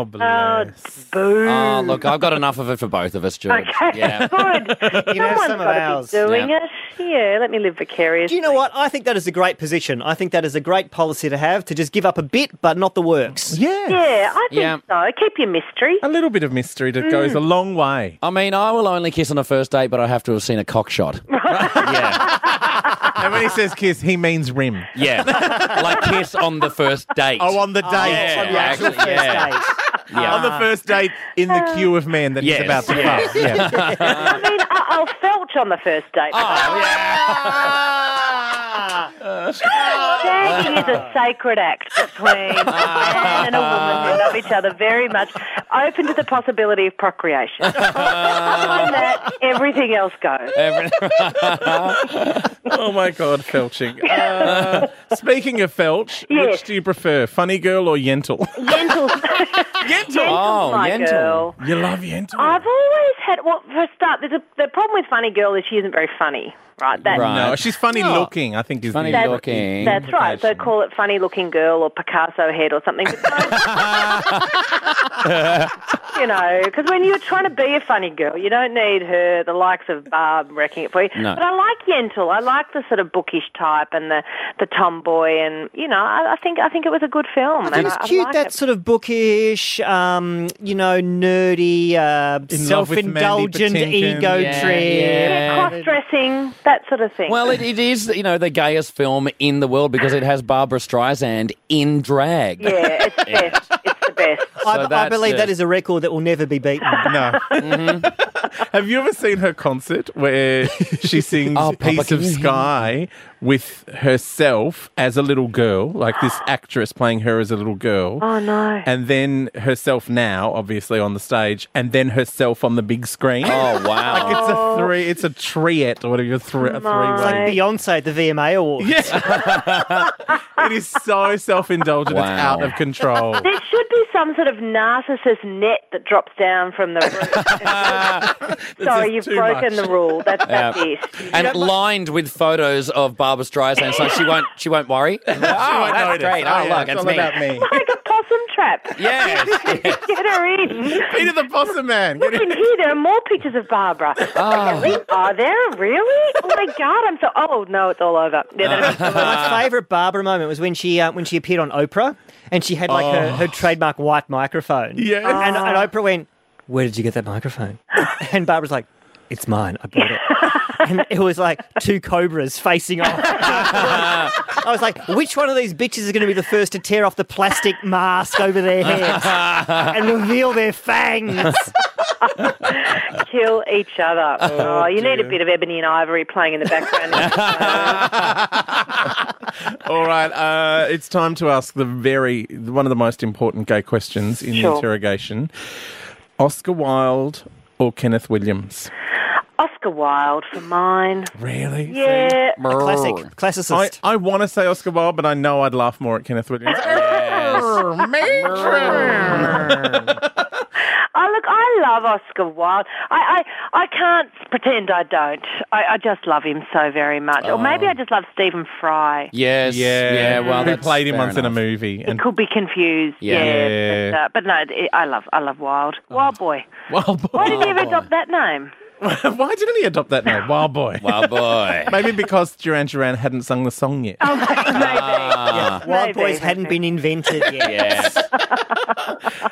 Speaker 3: Oh, bless.
Speaker 8: Boo.
Speaker 5: oh, look, I've got enough of it for both of us, George.
Speaker 8: Okay,
Speaker 5: Yeah.
Speaker 8: good.
Speaker 6: You know,
Speaker 8: Someone's
Speaker 6: some of
Speaker 8: got to
Speaker 6: ours.
Speaker 8: be doing
Speaker 5: Yeah.
Speaker 8: it. Yeah, let me live vicariously.
Speaker 6: Do you know what? I think that is a great position. I think that is a great policy to have to just give up a bit, but not the works.
Speaker 3: Yeah.
Speaker 8: Yeah, I think
Speaker 5: Yeah.
Speaker 8: so. Keep your mystery.
Speaker 3: A little bit of mystery that goes a long way.
Speaker 5: I mean, I will only kiss on a first date, but I have to have seen a cock shot.
Speaker 3: Yeah. and when he says kiss, he means rim.
Speaker 5: Yeah. like kiss on the first date.
Speaker 3: Oh, on the date.
Speaker 5: yeah,
Speaker 6: on the actual
Speaker 5: actually,
Speaker 6: first
Speaker 5: yeah.
Speaker 6: date.
Speaker 5: yeah.
Speaker 3: On the first date in the queue of men that
Speaker 5: Yes.
Speaker 3: he's about to
Speaker 5: Yeah.
Speaker 3: pass. Yeah.
Speaker 8: I mean, I- I'll felch on the first date.
Speaker 5: Oh, yeah.
Speaker 8: Shagging is a sacred act between a man and a woman who love each other very much, open to the possibility of procreation. Other than that, everything else goes.
Speaker 3: Oh my god, felching. Uh, speaking of felch,
Speaker 8: Yes.
Speaker 3: which do you prefer, funny girl or yentle?
Speaker 5: Oh,
Speaker 8: my
Speaker 5: Yentl.
Speaker 8: girl.
Speaker 3: You love yentle.
Speaker 8: I've always had. Well, for a start, there's a, the problem with funny girl is she isn't very funny, right? That,
Speaker 5: Right.
Speaker 3: no, she's funny looking. I think is
Speaker 5: Funny
Speaker 3: the
Speaker 5: looking.
Speaker 8: That's right. So
Speaker 3: implication.
Speaker 8: call it funny looking girl or Picasso head or something. But don't- you know, because when you're trying to be a funny girl, you don't need her, the likes of Barb wrecking it for you.
Speaker 5: No.
Speaker 8: But I like Yentl. I like the sort of bookish type and the, the tomboy, and you know, I, I think I think it was a good film.
Speaker 6: It
Speaker 8: and
Speaker 6: was
Speaker 8: I- I
Speaker 6: cute,
Speaker 8: like
Speaker 6: that
Speaker 8: it.
Speaker 6: sort of bookish, um, you know, nerdy, uh,
Speaker 3: love with Mandy
Speaker 6: self-indulgent
Speaker 3: Patinkin.
Speaker 6: ego
Speaker 5: Yeah,
Speaker 6: trip.
Speaker 5: yeah.
Speaker 8: cross dressing, that sort of thing.
Speaker 5: Well, it, it is, you know, the gayest film in the world because it has Barbara Streisand in drag.
Speaker 8: yeah, it's the best. It's the best.
Speaker 6: I, I
Speaker 5: that's
Speaker 6: believe
Speaker 5: it.
Speaker 6: that is a record that will never be beaten.
Speaker 3: No. Have you ever seen her concert where she sings
Speaker 5: Mm-hmm. Oh, Papa,
Speaker 3: Piece
Speaker 5: can
Speaker 3: of
Speaker 5: you hear me?
Speaker 3: Sky with herself as a little girl, like this actress playing her as a little girl?
Speaker 8: Oh no.
Speaker 3: And then herself now, obviously on the stage, and then herself on the big screen.
Speaker 5: Oh, wow.
Speaker 3: Like
Speaker 5: Oh,
Speaker 3: it's a three, it's a triet or whatever, three, a three
Speaker 8: My.
Speaker 3: way.
Speaker 6: Beyonce at the VMA Awards.
Speaker 3: It is so self indulgent, it's
Speaker 5: Wow.
Speaker 3: out of control. Oh,
Speaker 8: There should be some sort of narcissist net that drops down from the roof. Sorry, you've
Speaker 3: too
Speaker 8: broken
Speaker 3: much.
Speaker 8: the rule. That's, that's it.
Speaker 5: And lined with photos of Barbara Streisand, so she won't she won't worry. oh, that's
Speaker 3: Notice.
Speaker 5: great. Oh,
Speaker 3: yeah,
Speaker 5: look, it's
Speaker 3: all
Speaker 5: me.
Speaker 3: about me.
Speaker 8: Like a possum trap.
Speaker 5: Yes.
Speaker 8: Get her in.
Speaker 3: Peter the Possum Man. Get
Speaker 8: Look in here. There are more pictures of Barbara.
Speaker 3: Ah.
Speaker 8: Oh. Are there really? Oh my God! I'm so. Oh no, it's all over. Yeah, that's-
Speaker 6: My favourite Barbara moment was when she uh, when she appeared on Oprah and she had like her, her trademark white microphone.
Speaker 3: Yes.
Speaker 6: And, and Oprah went, "Where did you get that microphone?" and Barbara's like, "It's mine. I bought it." and it was like two cobras facing off. I was like, "Which one of these bitches is going to be the first to tear off the plastic mask over their heads and reveal their fangs?"
Speaker 3: Ah.
Speaker 8: kill each other. Oh, you need a bit of ebony and ivory playing in the background.
Speaker 3: All right, uh, it's time to ask the very one of the most important gay questions in the
Speaker 8: Sure.
Speaker 3: interrogation: Oscar Wilde or Kenneth Williams?
Speaker 8: Oscar Wilde for mine.
Speaker 3: Really?
Speaker 8: Yeah.
Speaker 6: Classic,
Speaker 5: Brrr.
Speaker 3: I,
Speaker 6: classicist.
Speaker 3: I want to say Oscar Wilde, but I know I'd laugh more at Kenneth Williams.
Speaker 8: Oh, look, I love Oscar Wilde. I, I, I can't pretend I don't. I, I just love him so very much. Or maybe I just love Stephen Fry.
Speaker 5: Yes. Yeah. Yeah. Well,
Speaker 3: who
Speaker 5: that's
Speaker 3: played him
Speaker 5: fair
Speaker 3: once in a
Speaker 5: enough.
Speaker 3: movie? And
Speaker 8: Could be confused.
Speaker 5: Yeah.
Speaker 8: Yeah.
Speaker 3: Yeah.
Speaker 8: But, uh, but no, it- I love, I love Wilde. Wild Boy.
Speaker 3: Wild
Speaker 8: Why
Speaker 3: Boy.
Speaker 8: did he ever adopt that name?
Speaker 3: Why didn't he adopt that name? Wild Boy.
Speaker 5: Oh boy.
Speaker 3: Maybe because Duran Duran hadn't sung the song yet.
Speaker 8: Oh, maybe.
Speaker 6: Wild
Speaker 8: Maybe,
Speaker 6: boys hadn't
Speaker 8: maybe.
Speaker 6: been invented yet.
Speaker 5: Yes.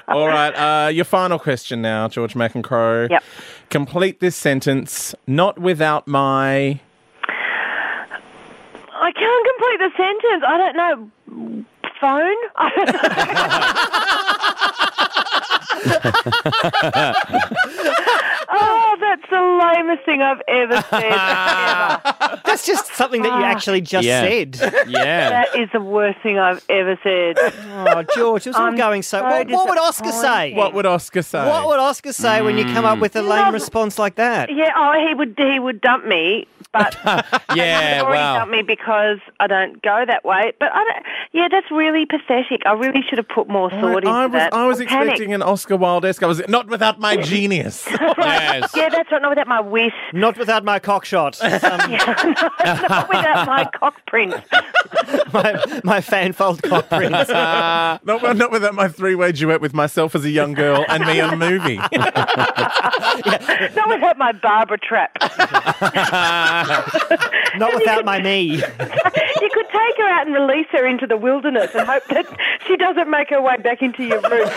Speaker 3: All right, uh, your final question now, George McEncrow.
Speaker 8: Yep.
Speaker 3: Complete this sentence, not without my.
Speaker 8: I can't complete the sentence. I don't know. Phone? I don't know. oh, that's the lamest thing I've ever said. Ever.
Speaker 6: That's just something that you actually just
Speaker 5: Yeah.
Speaker 6: said.
Speaker 5: Yeah.
Speaker 8: That is the worst thing I've ever said.
Speaker 6: Oh, George, it was all
Speaker 8: I'm
Speaker 6: going so.
Speaker 8: so
Speaker 6: what, what would Hmm. Oscar say?
Speaker 8: disappointed.
Speaker 3: What would Oscar say?
Speaker 6: What would Oscar say when you come up with a lame
Speaker 8: Love-
Speaker 6: response like that?
Speaker 8: Yeah, oh, he would he would dump me, but
Speaker 5: Yeah.
Speaker 8: he's already
Speaker 5: Wow.
Speaker 8: dumped me because I don't go that way. But I don't. Yeah, that's really pathetic. I really should have put more
Speaker 3: I,
Speaker 8: thought into
Speaker 3: I was
Speaker 8: that.
Speaker 3: I was
Speaker 8: I'm panicked.
Speaker 3: expecting an Oscar Wilde esque. I was not without my genius.
Speaker 5: Yes.
Speaker 8: Yeah, that's right. Not without my wit.
Speaker 6: Um, Not without my cock shot.
Speaker 8: Not without my cock print.
Speaker 6: my, my fanfold cock prints.
Speaker 5: Uh,
Speaker 3: Not, well, not without my three-way duet with myself as a young girl and me in a movie.
Speaker 8: Not without my Barbara trap.
Speaker 6: Not without my knee.
Speaker 8: you could take her out and release her into the wilderness and hope that she doesn't make her way back into your room.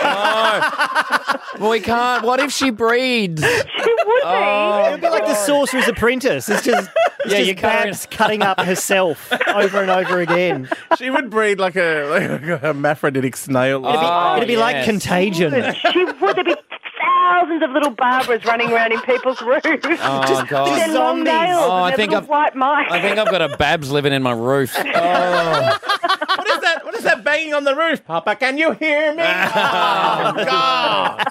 Speaker 5: Well, we can't. What if she breeds?
Speaker 8: She would be.
Speaker 6: It'd
Speaker 3: Oh.
Speaker 6: be like the Sorcerer's Apprentice. It's just, it's
Speaker 5: Yeah,
Speaker 6: just
Speaker 5: you can't-
Speaker 6: Babs cutting up herself over and over again.
Speaker 3: She would breed like a, like a hermaphroditic snail. Ah. or something.
Speaker 5: Oh,
Speaker 6: It'd be like
Speaker 5: yes.
Speaker 6: Contagion.
Speaker 8: She would. There'd be thousands of little Barbaras running around in people's rooms.
Speaker 5: Oh,
Speaker 8: Just
Speaker 5: God.
Speaker 8: with their long
Speaker 6: Zombies.
Speaker 8: nails
Speaker 5: Oh, I
Speaker 8: and their
Speaker 5: think
Speaker 8: little
Speaker 5: I've-
Speaker 8: white mice.
Speaker 5: I think I've got a Babs living in my roof. Oh,
Speaker 3: What is that? What is that banging on the roof, Papa? Can you hear me? oh God!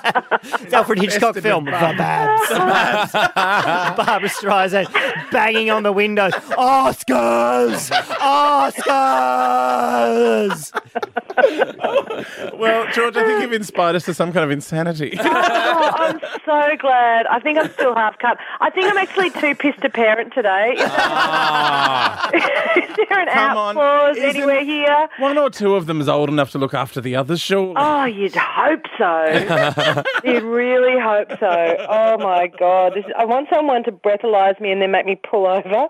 Speaker 6: It's Alfred Hitchcock
Speaker 3: Best of
Speaker 6: film. The
Speaker 3: the
Speaker 6: Babs. Barbara Streisand banging on the Oh, windows. Oscars! Oscars!
Speaker 3: Well, George, I think you've inspired us to some kind of insanity.
Speaker 8: Oh, I'm so glad. I think I'm still half cut. I think I'm actually too pissed a parent today. Is
Speaker 5: Oh.
Speaker 3: Ah.
Speaker 8: there an
Speaker 3: Come on.
Speaker 8: outlaws
Speaker 3: Isn't-
Speaker 8: anywhere here?
Speaker 3: One or two of them is old enough to look after the others, surely.
Speaker 8: Oh, you'd hope so. you'd really hope so. Oh my God! This, I want someone to breathalyze me and then make me pull over.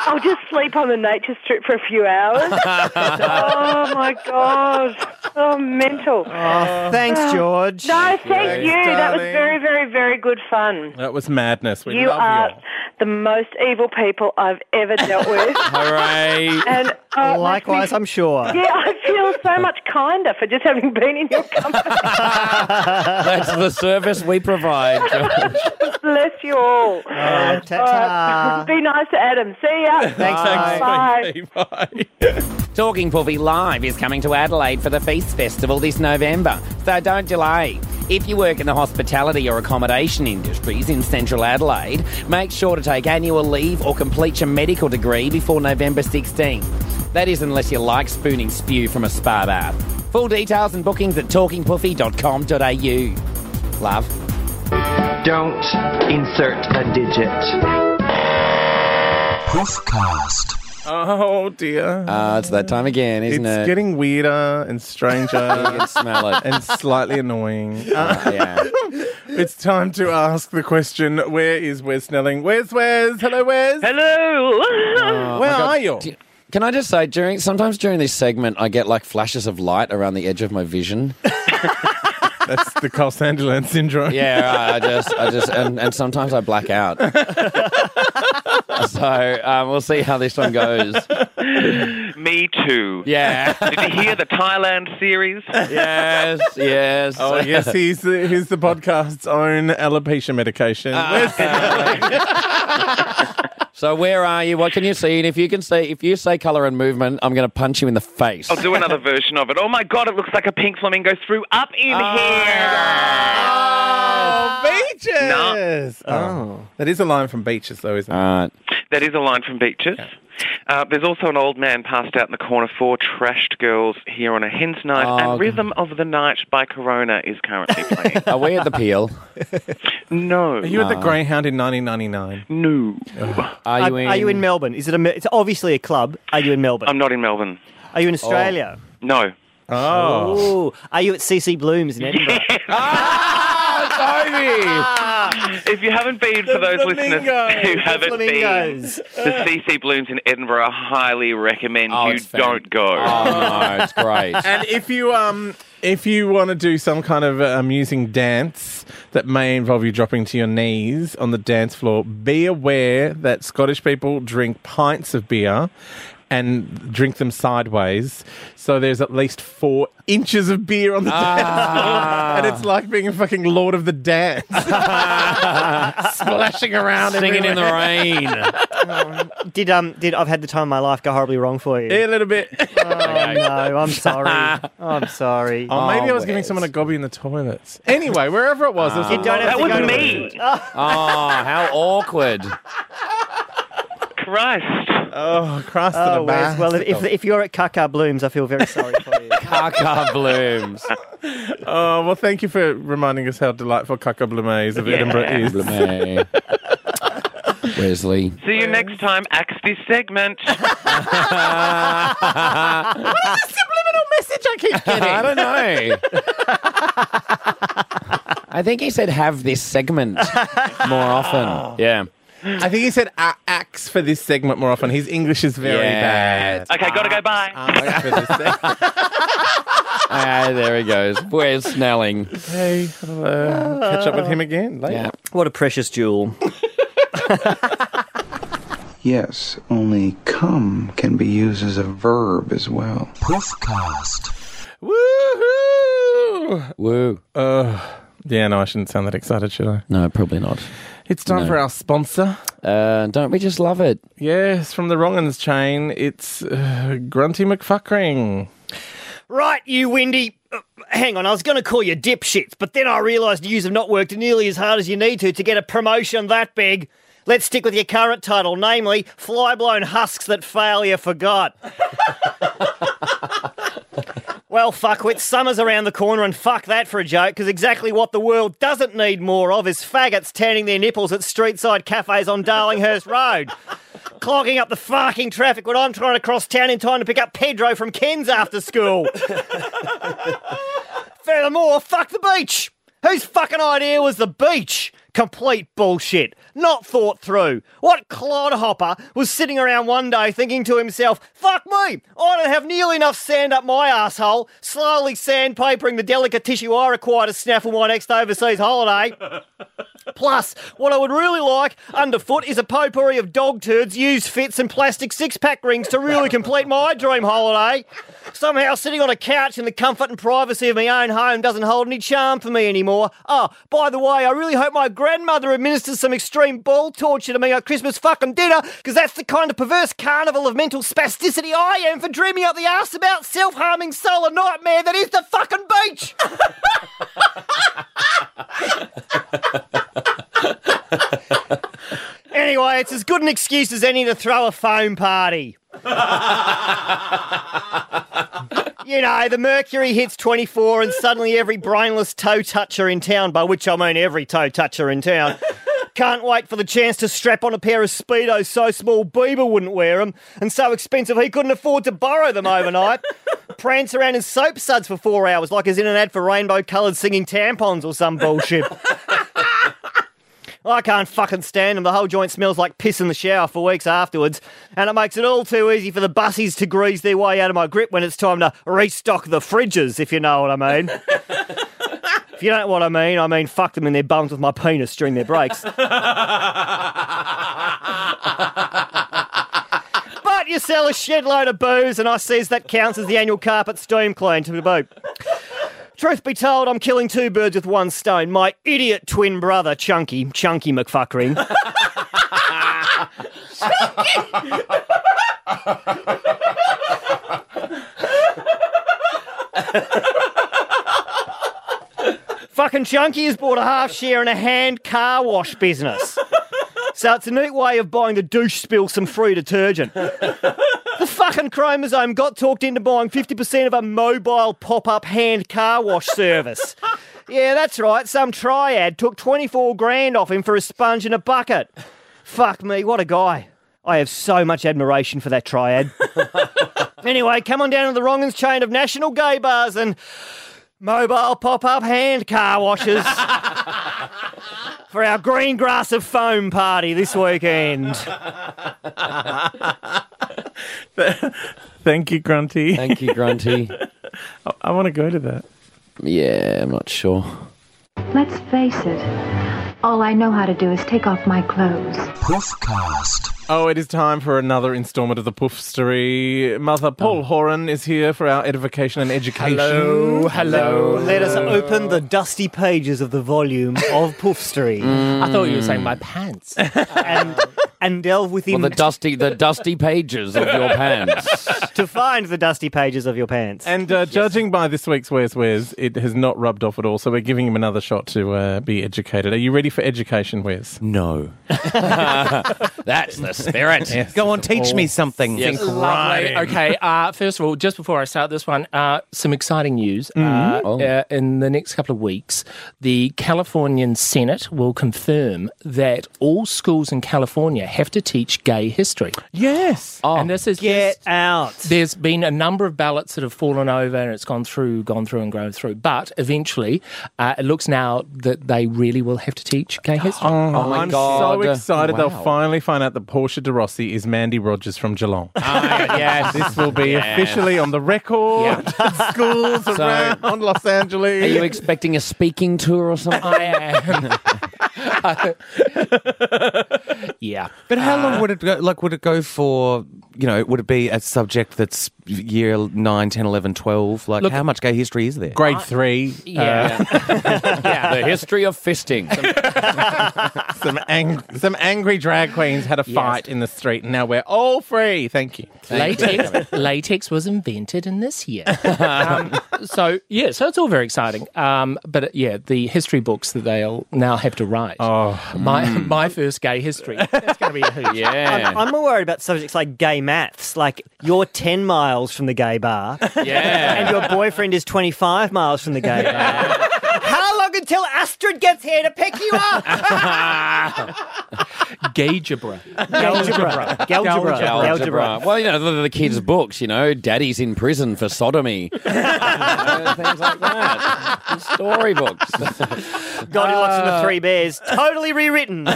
Speaker 8: I'll just sleep on the nature strip for a few hours. oh my God! Oh, mental.
Speaker 3: Oh,
Speaker 5: Uh,
Speaker 6: Thanks, George.
Speaker 8: No, thank you. That was
Speaker 3: darling.
Speaker 8: very, very, very good fun.
Speaker 3: That was madness. We
Speaker 8: You
Speaker 3: love
Speaker 8: are
Speaker 3: you. all.
Speaker 8: the most evil people I've ever dealt with.
Speaker 5: hooray.
Speaker 8: and uh, it makes
Speaker 6: Likewise,
Speaker 8: me-
Speaker 6: I'm sure.
Speaker 8: yeah, I feel so much kinder for just having been in your company.
Speaker 5: That's the service we provide. George.
Speaker 8: Bless you all.
Speaker 6: Uh,
Speaker 8: All right.
Speaker 6: ta-ta.
Speaker 8: Be nice to Adam. See ya.
Speaker 6: Thanks, Bye.
Speaker 8: Bye.
Speaker 3: Bye.
Speaker 5: Talking Puffy Live is coming to Adelaide for the Feast Festival this November, so don't delay. If you work in the hospitality or accommodation industries in central Adelaide, make sure to take annual leave or complete your medical degree before November 16. That is, unless you like spooning spew from a spa bath. Full details and bookings at talkingpuffy.com.au. Love.
Speaker 9: Don't insert a digit.
Speaker 4: Poofcast.
Speaker 3: Oh dear.
Speaker 5: Ah, it's that time again,
Speaker 3: it's
Speaker 5: isn't it?
Speaker 3: getting weirder and
Speaker 5: you
Speaker 3: stranger
Speaker 5: can smell it.
Speaker 3: and slightly annoying. Uh,
Speaker 5: yeah.
Speaker 3: it's time to ask the question: Where is Wes Snelling? Where's Wes? Hello, Wes. Oh,
Speaker 8: Hello.
Speaker 3: Where are you?
Speaker 5: Do you- Can I just say, during sometimes during this segment, I get like flashes of light around the edge of my vision.
Speaker 3: That's the Cos Sandiland syndrome.
Speaker 5: Yeah, right, I just, I just, and, and sometimes I black out. so um, we'll see how this one goes.
Speaker 10: Me too.
Speaker 5: Yeah.
Speaker 10: Did you hear the Thailand series?
Speaker 5: Yes. Yes.
Speaker 3: Oh yes, he's the, he's the podcast's own alopecia medication.
Speaker 5: Uh,
Speaker 3: Wes-
Speaker 5: So where are you? What can you see? And if you can see, if you say color and movement, I'm going to punch you in the face.
Speaker 10: I'll do another version of it. Oh my god, it looks like a pink flamingo threw up in
Speaker 8: Ah.
Speaker 10: here.
Speaker 3: Oh, Beaches. Oh, that is a line from Beaches, though, isn't it?
Speaker 5: All right.
Speaker 10: That is a line from Beaches. Uh, there's also an old man passed out in the corner. Four trashed girls here on a hen's night,
Speaker 5: Oh,
Speaker 10: and
Speaker 5: God.
Speaker 10: Rhythm of the Night by Corona is currently playing.
Speaker 5: Are we at the peel?
Speaker 10: no,
Speaker 3: Are you at the Greyhound in 1999?
Speaker 10: no,
Speaker 5: Are you in?
Speaker 6: Are you in Melbourne? Is it a? Me- It's obviously a club. Are you in Melbourne?
Speaker 10: I'm not in Melbourne.
Speaker 6: Are
Speaker 5: Oh.
Speaker 6: you in Australia?
Speaker 10: No.
Speaker 3: Oh.
Speaker 6: Ooh. Are you at CC Blooms in Edinburgh?
Speaker 5: Toby!
Speaker 10: If you haven't been, for those listeners
Speaker 3: flamingos,
Speaker 10: who
Speaker 3: the
Speaker 10: haven't been,
Speaker 6: Flamingos.
Speaker 10: the CC Blooms in Edinburgh, I highly recommend
Speaker 5: Oh,
Speaker 10: you
Speaker 5: it's fan-
Speaker 10: don't go.
Speaker 5: Oh no, it's great.
Speaker 3: And if you um if you want to do some kind of uh, amusing dance that may involve you dropping to your knees on the dance floor, be aware that Scottish people drink pints of beer and drink them sideways. So there's at least four inches of beer on the
Speaker 6: Ah.
Speaker 3: dance floor, and it's like being a fucking Lord of the Dance, splashing around,
Speaker 5: Singing in the
Speaker 3: everywhere.
Speaker 5: rain.
Speaker 6: did um did I've had the time of my life go horribly wrong for you?
Speaker 3: Yeah, a little bit.
Speaker 6: Oh, no, I'm sorry. I'm sorry.
Speaker 3: Oh, maybe I was
Speaker 5: Oh,
Speaker 3: giving
Speaker 5: Wes.
Speaker 3: someone a gobby in the toilets. Anyway, wherever it was, it was a
Speaker 6: You Ah. don't
Speaker 3: lot-
Speaker 6: have
Speaker 10: That
Speaker 6: to go
Speaker 10: was
Speaker 6: to
Speaker 10: me.
Speaker 5: Oh, how awkward.
Speaker 10: Christ.
Speaker 3: Oh, Christ to
Speaker 6: Oh,
Speaker 3: the
Speaker 6: Wes,
Speaker 3: back.
Speaker 6: well, if, if you're at Kaka Blooms, I feel very sorry for you.
Speaker 5: Kaka blooms.
Speaker 3: Oh, well, thank you for reminding us how delightful Kaka Blumets of Edinburgh is.
Speaker 5: Blimey. Wesley.
Speaker 10: See you next time. Axe this segment.
Speaker 11: subliminal message I keep getting.
Speaker 5: I don't know. I think he said have this segment more often. Yeah.
Speaker 3: I think he said "A- axe for this segment more often. His English is very
Speaker 5: Yeah.
Speaker 3: bad.
Speaker 10: Okay, gotta go. Bye.
Speaker 3: Axe for this segment.
Speaker 5: Ah, there he goes. Where's Snelling?
Speaker 3: hey, I'll uh, catch up with him again later.
Speaker 5: Yeah.
Speaker 6: What a precious jewel.
Speaker 4: Yes, only come can be used as a verb as well.
Speaker 3: Woohoo!
Speaker 5: Woo.
Speaker 3: Uh, yeah, no, I shouldn't sound that excited, should I?
Speaker 5: No, probably not.
Speaker 3: It's time
Speaker 5: No.
Speaker 3: for our sponsor.
Speaker 5: Uh, don't we just love it?
Speaker 3: Yes, from the Wrong'uns chain, it's uh, Grunty McFuckring.
Speaker 6: Right, you windy. uh, Hang on, I was going to call you dipshits, but then I realised yous have not worked nearly as hard as you need to to get a promotion that big. Let's stick with your current title, namely Flyblown Husks That Failure Forgot. well, fuckwits, summer's around the corner, and fuck that for a joke, because exactly what the world doesn't need more of is faggots tanning their nipples at streetside cafes on Darlinghurst Road clogging up the fucking traffic when I'm trying to cross town in time to pick up Pedro from Ken's after school. Furthermore, fuck the beach. Whose fucking idea was the beach? Complete bullshit. Not thought through. What clodhopper was sitting around one day thinking to himself, fuck me, I don't have nearly enough sand up my asshole, slowly sandpapering the delicate tissue I require to snaffle my next overseas holiday. Plus, what I would really like underfoot is a potpourri of dog turds, used fits, and plastic six pack rings to really complete my dream holiday. Somehow, sitting on a couch in the comfort and privacy of my own home doesn't hold any charm for me anymore. Oh, by the way, I really hope my grandmother administers some extreme ball torture to me at Christmas fucking dinner, because that's the kind of perverse carnival of mental spasticity I am for dreaming up the arse about self harming solar nightmare that is the fucking beach! Anyway, it's as good an excuse as any to throw a foam party. you know, the mercury hits 24 and suddenly every brainless toe toucher in town, by which I mean every toe toucher in town, can't wait for the chance to strap on a pair of Speedos so small Bieber wouldn't wear them and so expensive he couldn't afford to borrow them overnight. Prance around in soap suds for four hours, like he's in an ad for rainbow coloured singing tampons or some bullshit. I can't fucking stand them. The whole joint smells like piss in the shower for weeks afterwards, and it makes it all too easy for the bussies to grease their way out of my grip when it's time to restock the fridges, if you know what I mean. if you don't know what I mean, I mean fuck them in their bums with my penis during their breaks. but you sell a shed load of booze, and I says that counts as the annual carpet steam clean to the boot. Truth be told, I'm killing two birds with one stone. My idiot twin brother, Chunky, Chunky McFuckering. Fucking Chunky has bought a half share in a hand car wash business. So it's a neat way of buying the douche spill some free detergent. The fucking chromosome got talked into buying 50% of a mobile pop up hand car wash service. yeah, that's right. Some triad took 24 grand off him for a sponge and a bucket. Fuck me, what a guy. I have so much admiration for that triad. anyway, come on down to the Wrongens chain of national gay bars and mobile pop up hand car washes for our green grass of foam party this weekend.
Speaker 3: Thank you, Grunty.
Speaker 5: Thank you, Grunty.
Speaker 3: I want to go to that.
Speaker 5: yeah, I'm not sure.
Speaker 12: Let's face it, all I know how to do is take off my clothes.
Speaker 3: Oh, it is time for another instalment of the Poofstery. Mother Paul
Speaker 8: Oh.
Speaker 3: Horan is here for our edification and education. Hello, hello.
Speaker 6: Let us open the dusty pages of the volume of Poofstery
Speaker 11: I thought you were saying my pants.
Speaker 6: and, and delve within
Speaker 5: Well, the dusty, the dusty pages of your pants.
Speaker 6: to find the dusty pages of your pants.
Speaker 3: And uh, judging by this week's Where's Where's, it has not rubbed off at all. So we're giving him another shot to uh, be educated. Are you ready for education, Where's?
Speaker 5: No. That's the spirit.
Speaker 13: Go on, teach me something.
Speaker 8: Yes. Lovely. Okay. Uh, first of all, just before I start this one, uh, some exciting news. Uh,
Speaker 5: Mhm. Oh.
Speaker 8: uh, in the next couple of weeks, the Californian Senate will confirm that all schools in California have to teach gay history.
Speaker 3: Yes.
Speaker 8: and this is
Speaker 6: get out.
Speaker 8: There's been a number of ballots that have fallen over, and it's gone through, gone through, and gone through. But eventually, uh, it looks now that they really will have to teach gay history.
Speaker 3: Oh, I'm so excited. They'll finally find out that Portia de Rossi is Mandy Rogers from Geelong.
Speaker 8: yes.
Speaker 3: This will be
Speaker 5: Ah, Yes.
Speaker 3: officially on the record. Schools
Speaker 5: So-
Speaker 3: around Los Angeles.
Speaker 5: Are you expecting a speaking tour or something?
Speaker 8: I am. yeah.
Speaker 13: But how
Speaker 5: Uh,
Speaker 13: long would it go? Like, would it go for, you know, would it be a subject that's year 9, 10, 11, 12? Like,
Speaker 8: Look-
Speaker 13: how much gay history is there?
Speaker 3: Grade three.
Speaker 5: Uh,
Speaker 8: Yeah.
Speaker 5: yeah. The history of fisting.
Speaker 3: some, ang- some angry drag queens had a fight in the street, and now we're all free. Thank you.
Speaker 8: latex, latex was invented in this year. Um, so yeah, so it's all very exciting. Um, but uh, yeah, the history books that they'll now have to write. Oh, my my first gay history. That's going to be a hoot.
Speaker 6: I'm, I'm more worried about subjects like gay maths. Like you're 10 miles from the gay bar,
Speaker 5: Yeah.
Speaker 6: and your boyfriend is 25 miles from the gay bar. How long until Astrid gets here to pick you up?
Speaker 8: Gagebra.
Speaker 6: Galgebra. Galgebra.
Speaker 5: Algebra. Hmm.
Speaker 6: Galgebra.
Speaker 5: Well, you know, the, the kids' books, you know, Daddy's in prison for sodomy. You know, things like that. The storybooks.
Speaker 6: God, he locks
Speaker 3: Uh,
Speaker 6: into three bears. Totally rewritten.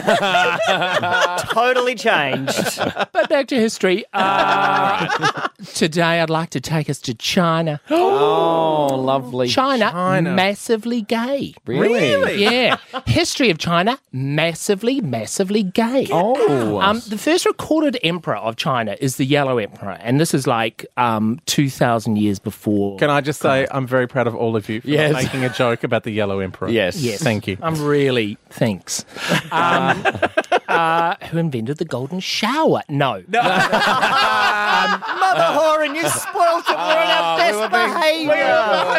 Speaker 6: totally changed.
Speaker 8: But back to history. Uh, today, I'd like to take us to China.
Speaker 5: Oh, lovely.
Speaker 8: China, massively gay.
Speaker 5: Really? Really?
Speaker 8: Yeah. History of China, massively, massively gay.
Speaker 5: Oh.
Speaker 8: Um, the first recorded emperor of China is the Yellow Emperor, and this is like um, 2,000 years before.
Speaker 3: Can I just say I'm very proud of all of you for not
Speaker 8: Yes.
Speaker 3: making a joke about the Yellow Emperor?
Speaker 5: Yes.
Speaker 8: Yes.
Speaker 3: Thank you.
Speaker 8: I'm really thanks. Um, uh, who invented the golden shower? No.
Speaker 6: Mother Horan, you spoilt it. We're on
Speaker 3: Ah,
Speaker 6: our best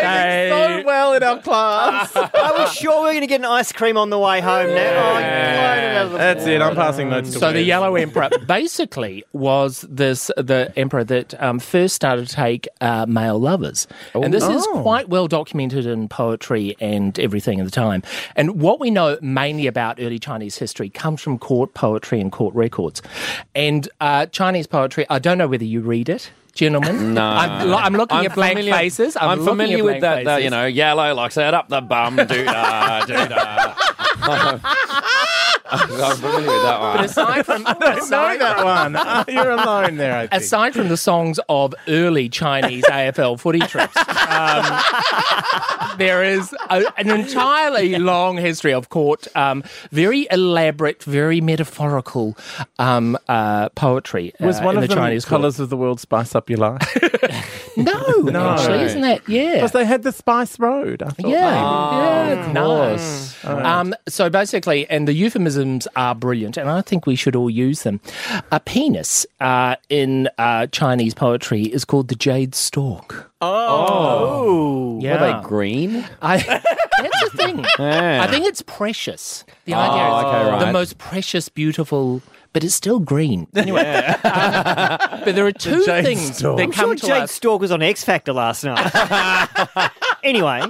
Speaker 6: behaviour.
Speaker 3: so well in our class.
Speaker 6: I was sure we were going to get an ice cream on the way home now. Oh, you blown it out of the
Speaker 3: That's it. I'm passing notes to
Speaker 8: So the
Speaker 3: Wes.
Speaker 8: Yellow Emperor basically was this the emperor that um, first started to take uh, male lovers, and this is quite well documented in poetry and everything at the time. And what we know mainly about early Chinese history comes from court poetry and court records, and uh, Chinese poetry. I don't know whether you read it. Gentlemen, no. I'm, lo- I'm looking at blank
Speaker 5: familiar-
Speaker 8: faces. I'm,
Speaker 5: I'm,
Speaker 8: looking at
Speaker 5: familiar with
Speaker 8: blank
Speaker 5: that, that,
Speaker 8: faces.
Speaker 5: you know, yellow likes that up the bum, doo-dah, doo-dah. I'm familiar with that one.
Speaker 8: But aside from
Speaker 3: Know that one. Ah, You're alone there. I think.
Speaker 8: aside from the songs of early Chinese AFL footy trips, um, there is a, an entirely long history of court, um, very elaborate, very metaphorical um, uh, poetry.
Speaker 3: was
Speaker 8: uh,
Speaker 3: one
Speaker 8: in
Speaker 3: of
Speaker 8: the
Speaker 3: the
Speaker 8: Chinese court.
Speaker 3: colours of the world spice up your life?
Speaker 8: No,
Speaker 3: No.
Speaker 8: actually, isn't that yeah?
Speaker 3: Because they had the Spice Road. I thought.
Speaker 8: Yeah, yeah, it's nice. Um, so basically, and the euphemisms are brilliant, and I think we should all use them. A penis uh, in uh, Chinese poetry is called the jade stalk.
Speaker 3: Oh.
Speaker 8: Yeah,
Speaker 5: Were they green?
Speaker 8: I, that's the thing.
Speaker 5: Yeah.
Speaker 8: I think it's precious. The idea is
Speaker 5: okay, right.
Speaker 8: the most precious, beautiful, but it's still green. Anyway, um, but there are two
Speaker 3: jade
Speaker 8: things
Speaker 3: stalk.
Speaker 8: that
Speaker 6: I'm
Speaker 8: come
Speaker 6: Oh, sure
Speaker 8: to
Speaker 6: Jade
Speaker 8: us.
Speaker 6: Stork was on X Factor last night. anyway,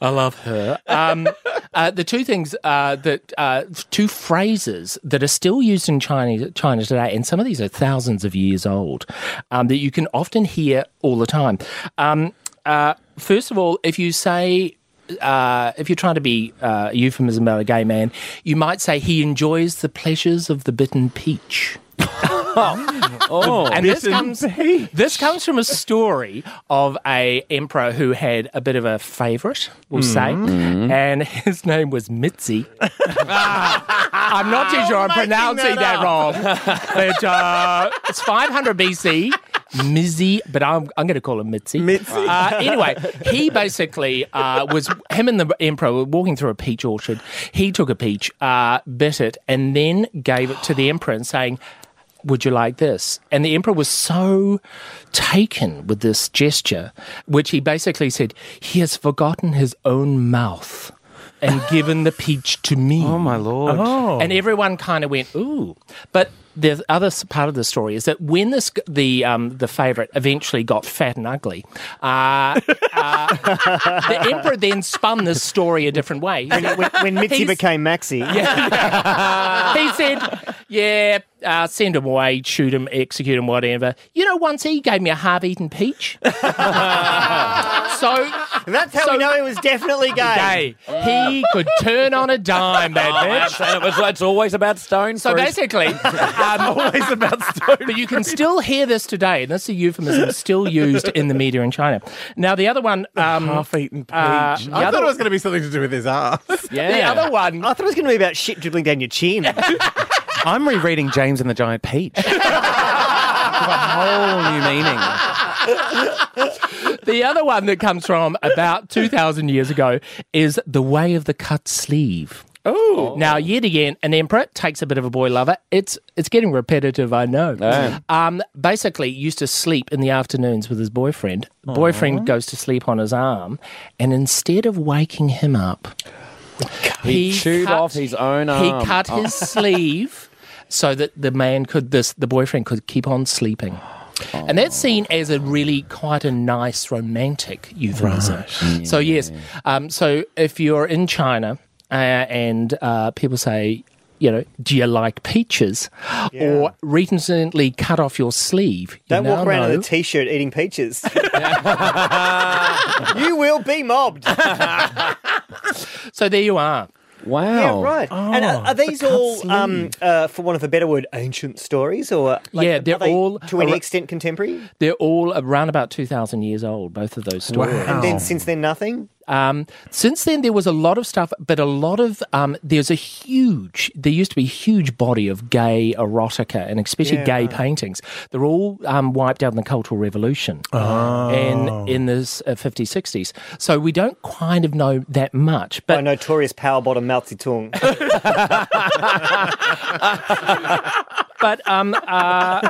Speaker 8: I love her. Um, uh, the two things uh, that uh, two phrases that are still used in China, China today, and some of these are thousands of years old, um, that you can often hear all the time. Um, uh, first of all, if you say. Uh, if you're trying to be uh, a euphemism about a gay man, you might say he enjoys the pleasures of the bitten peach.
Speaker 5: Oh.
Speaker 8: And this
Speaker 3: Bitten
Speaker 8: comes
Speaker 3: peach.
Speaker 8: this comes from a story of a emperor who had a bit of a favourite, we'll say, and his name was Mitzi.
Speaker 3: Ah,
Speaker 8: I'm not too sure I'm pronouncing that, wrong, but uh, it's 500 BC.
Speaker 3: Mizzy, but I'm, I'm going to call him Mitzi. Mitzi. Uh, anyway, he basically uh, was, him and the emperor were walking through a peach orchard. He took a peach, uh, bit it, and then gave it to the emperor and saying, would you like this? And the emperor was so taken with this gesture, which he basically said, he has forgotten his own mouth and given the peach to me. Oh,
Speaker 13: my lord. Oh.
Speaker 3: And everyone kind of went, ooh. But the other s- part of the story is that when this g- the um, the favorite eventually got fat and ugly, uh, uh, the emperor then spun this story a different way. When,
Speaker 6: when Mitzi became Maxi.
Speaker 3: he said, "Yeah, uh, send him away, shoot him, execute him, whatever." You know, once he gave me a half-eaten peach. so
Speaker 6: that's how we know he was definitely gay.
Speaker 3: He could turn on a dime, that bitch.
Speaker 5: And it was, it's always about stone.
Speaker 3: So
Speaker 5: fruit.
Speaker 3: basically, um, always about stone. But you can still hear this today, and that's a euphemism still used in the media in China. Now, the other one, um,
Speaker 8: half-eaten peach.
Speaker 3: Uh, the
Speaker 8: I
Speaker 3: other-
Speaker 8: thought it was going to be something to do with his ass.
Speaker 3: The other one.
Speaker 6: I thought it was going to be about shit dribbling down your chin.
Speaker 13: I'm rereading James and the Giant Peach. Give a whole new meaning.
Speaker 3: the other one that comes from about 2,000 years ago is The Way of the Cut Sleeve.
Speaker 8: Oh.
Speaker 3: Now, yet again, an emperor takes a bit of a boy lover. It's it's getting repetitive, I know.
Speaker 5: Yeah.
Speaker 3: Um, basically, used to sleep in the afternoons with his boyfriend. Boyfriend goes to sleep on his arm, and instead of waking him up,
Speaker 5: He chewed off his own arm.
Speaker 3: He cut
Speaker 5: Oh.
Speaker 3: his sleeve so that the man could this the boyfriend could keep on sleeping. And that's seen as a really quite a nice romantic euphemism. So yes, um, so if you're in China uh, and uh, people say, you know, do you like peaches, or recently cut off your sleeve, you
Speaker 6: Don't walk
Speaker 3: now
Speaker 6: around in
Speaker 3: know-
Speaker 6: a t-shirt eating peaches. you will be mobbed.
Speaker 3: so there you are.
Speaker 5: Wow.
Speaker 6: Yeah, right. and are, are these all, um, uh, for want of a better word, ancient stories, or like,
Speaker 3: Yeah, they're
Speaker 6: are they
Speaker 3: all
Speaker 6: to any
Speaker 3: ar-
Speaker 6: extent contemporary?
Speaker 3: They're all around about 2,000 years old, both of those stories.
Speaker 6: And then since then, nothing.
Speaker 3: Um, since then, there was a lot of stuff, but a lot of um, there's a huge. There used to be a huge body of gay erotica and especially
Speaker 5: Yeah,
Speaker 3: gay
Speaker 5: right.
Speaker 3: paintings. They're all um, wiped out in the Cultural Revolution
Speaker 5: Oh.
Speaker 3: and in the s- uh, 50s, 60s. So we don't kind of know that much. But
Speaker 6: By notorious power bottom Mao Zedong.
Speaker 3: but um, uh,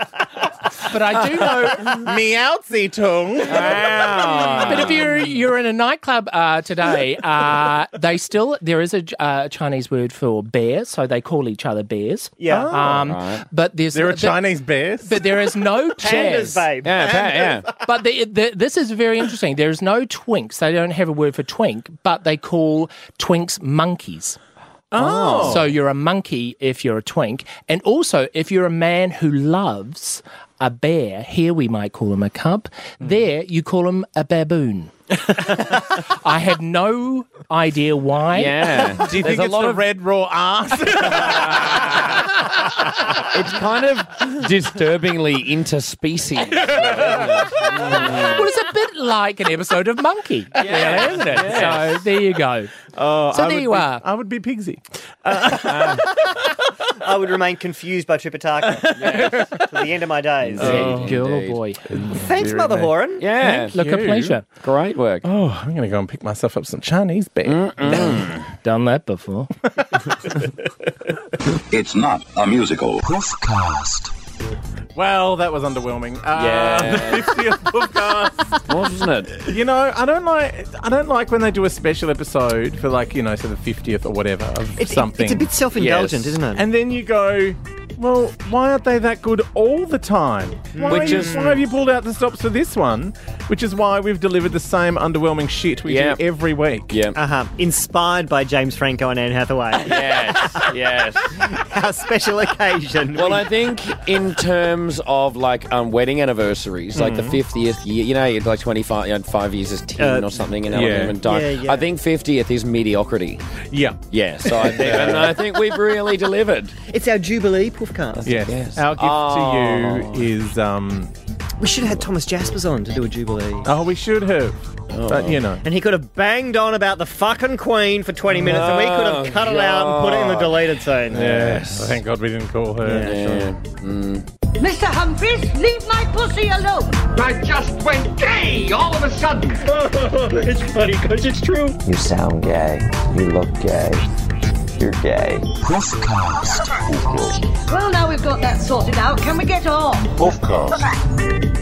Speaker 3: but I do know
Speaker 8: meowsy tongue. Oh.
Speaker 3: But if you're you're in a nightclub uh, today, uh, they still there is a J- uh, Chinese word for bear, so they call each other bears.
Speaker 8: Yeah. Oh.
Speaker 3: Um,
Speaker 8: Right.
Speaker 3: But there's
Speaker 8: There are
Speaker 3: but-
Speaker 8: Chinese bears?
Speaker 3: but there is no
Speaker 8: Pandas,
Speaker 3: chairs.
Speaker 8: babe. Yeah, pa- yeah.
Speaker 3: But the, the, this is very interesting. There is no twinks. They don't have a word for twink, but they call twinks monkeys.
Speaker 8: Oh.
Speaker 3: So you're a monkey if you're a twink. And also, if you're a man who loves a bear, here we might call him a cub,
Speaker 8: Hmm.
Speaker 3: there you call him a baboon. I have no idea why.
Speaker 8: Do you think it's the red raw ass?
Speaker 5: It's kind of disturbingly interspecies.
Speaker 3: Well, it's a bit like an episode of Monkey, really, isn't it?
Speaker 5: Yeah.
Speaker 3: So there you go.
Speaker 8: Oh,
Speaker 3: so there
Speaker 8: I would
Speaker 3: you
Speaker 8: be-
Speaker 3: are.
Speaker 8: I would be Pigsy.
Speaker 6: I would remain confused by Tripitaka to the end of my days.
Speaker 3: Oh, girl or boy.
Speaker 6: Thanks, Mother Horan.
Speaker 5: Yeah.
Speaker 3: Look, a pleasure.
Speaker 5: Great work.
Speaker 8: Oh, I'm going to go and pick myself up some Chinese bear.
Speaker 3: Done that before.
Speaker 4: It's not a musical. Proofcast.
Speaker 8: Well, that was underwhelming. Uh,
Speaker 4: Yeah.
Speaker 8: the 50th podcast.
Speaker 5: Wasn't it?
Speaker 8: You know, I don't like I don't like when they do a special episode for like, you know, so the 50th or whatever of
Speaker 6: It's-
Speaker 8: something.
Speaker 6: it's a bit self-indulgent, isn't it?
Speaker 8: And then you go, well, why aren't they that good all the time? Why,
Speaker 5: Which
Speaker 8: are you-
Speaker 5: is-
Speaker 8: why have you pulled out the stops for this one? Which is why we've delivered the same underwhelming shit we
Speaker 5: Yeah.
Speaker 8: do every week.
Speaker 5: Yeah.
Speaker 6: Uh huh. Inspired by James Franco and Anne Hathaway.
Speaker 5: Yes. Yes.
Speaker 6: Our special occasion.
Speaker 5: Well, I think in terms of like um, wedding anniversaries, like
Speaker 3: Mm.
Speaker 5: the fiftieth year, you know, it's like twenty five, you know, five years is ten
Speaker 8: Uh,
Speaker 5: or something, and
Speaker 8: yeah.
Speaker 5: yeah. time.
Speaker 8: Yeah, yeah.
Speaker 5: I think fiftieth is mediocrity.
Speaker 8: Yeah.
Speaker 5: Yeah. So I think, and I think we've really delivered.
Speaker 6: It's our Jubilee podcast.
Speaker 8: Yes. Our gift
Speaker 5: Oh.
Speaker 8: to you is um
Speaker 6: We should have had Thomas Jaspers on to do a Jubilee.
Speaker 8: Oh, we should have. But you know.
Speaker 6: And he could have banged on about the fucking Queen for 20 minutes, and we could have
Speaker 5: Oh,
Speaker 6: cut it out and put it in the
Speaker 5: God.
Speaker 6: deleted scene.
Speaker 8: Yes. Thank God we didn't call her.
Speaker 5: Yeah. Mm.
Speaker 1: Mr. Humphries, leave my pussy alone.
Speaker 2: I just went gay all of a sudden.
Speaker 14: it's funny because it's true.
Speaker 15: You sound gay. You look gay. You're gay.
Speaker 1: Well, now we've got that sorted out, can we get on?
Speaker 16: Puffcast.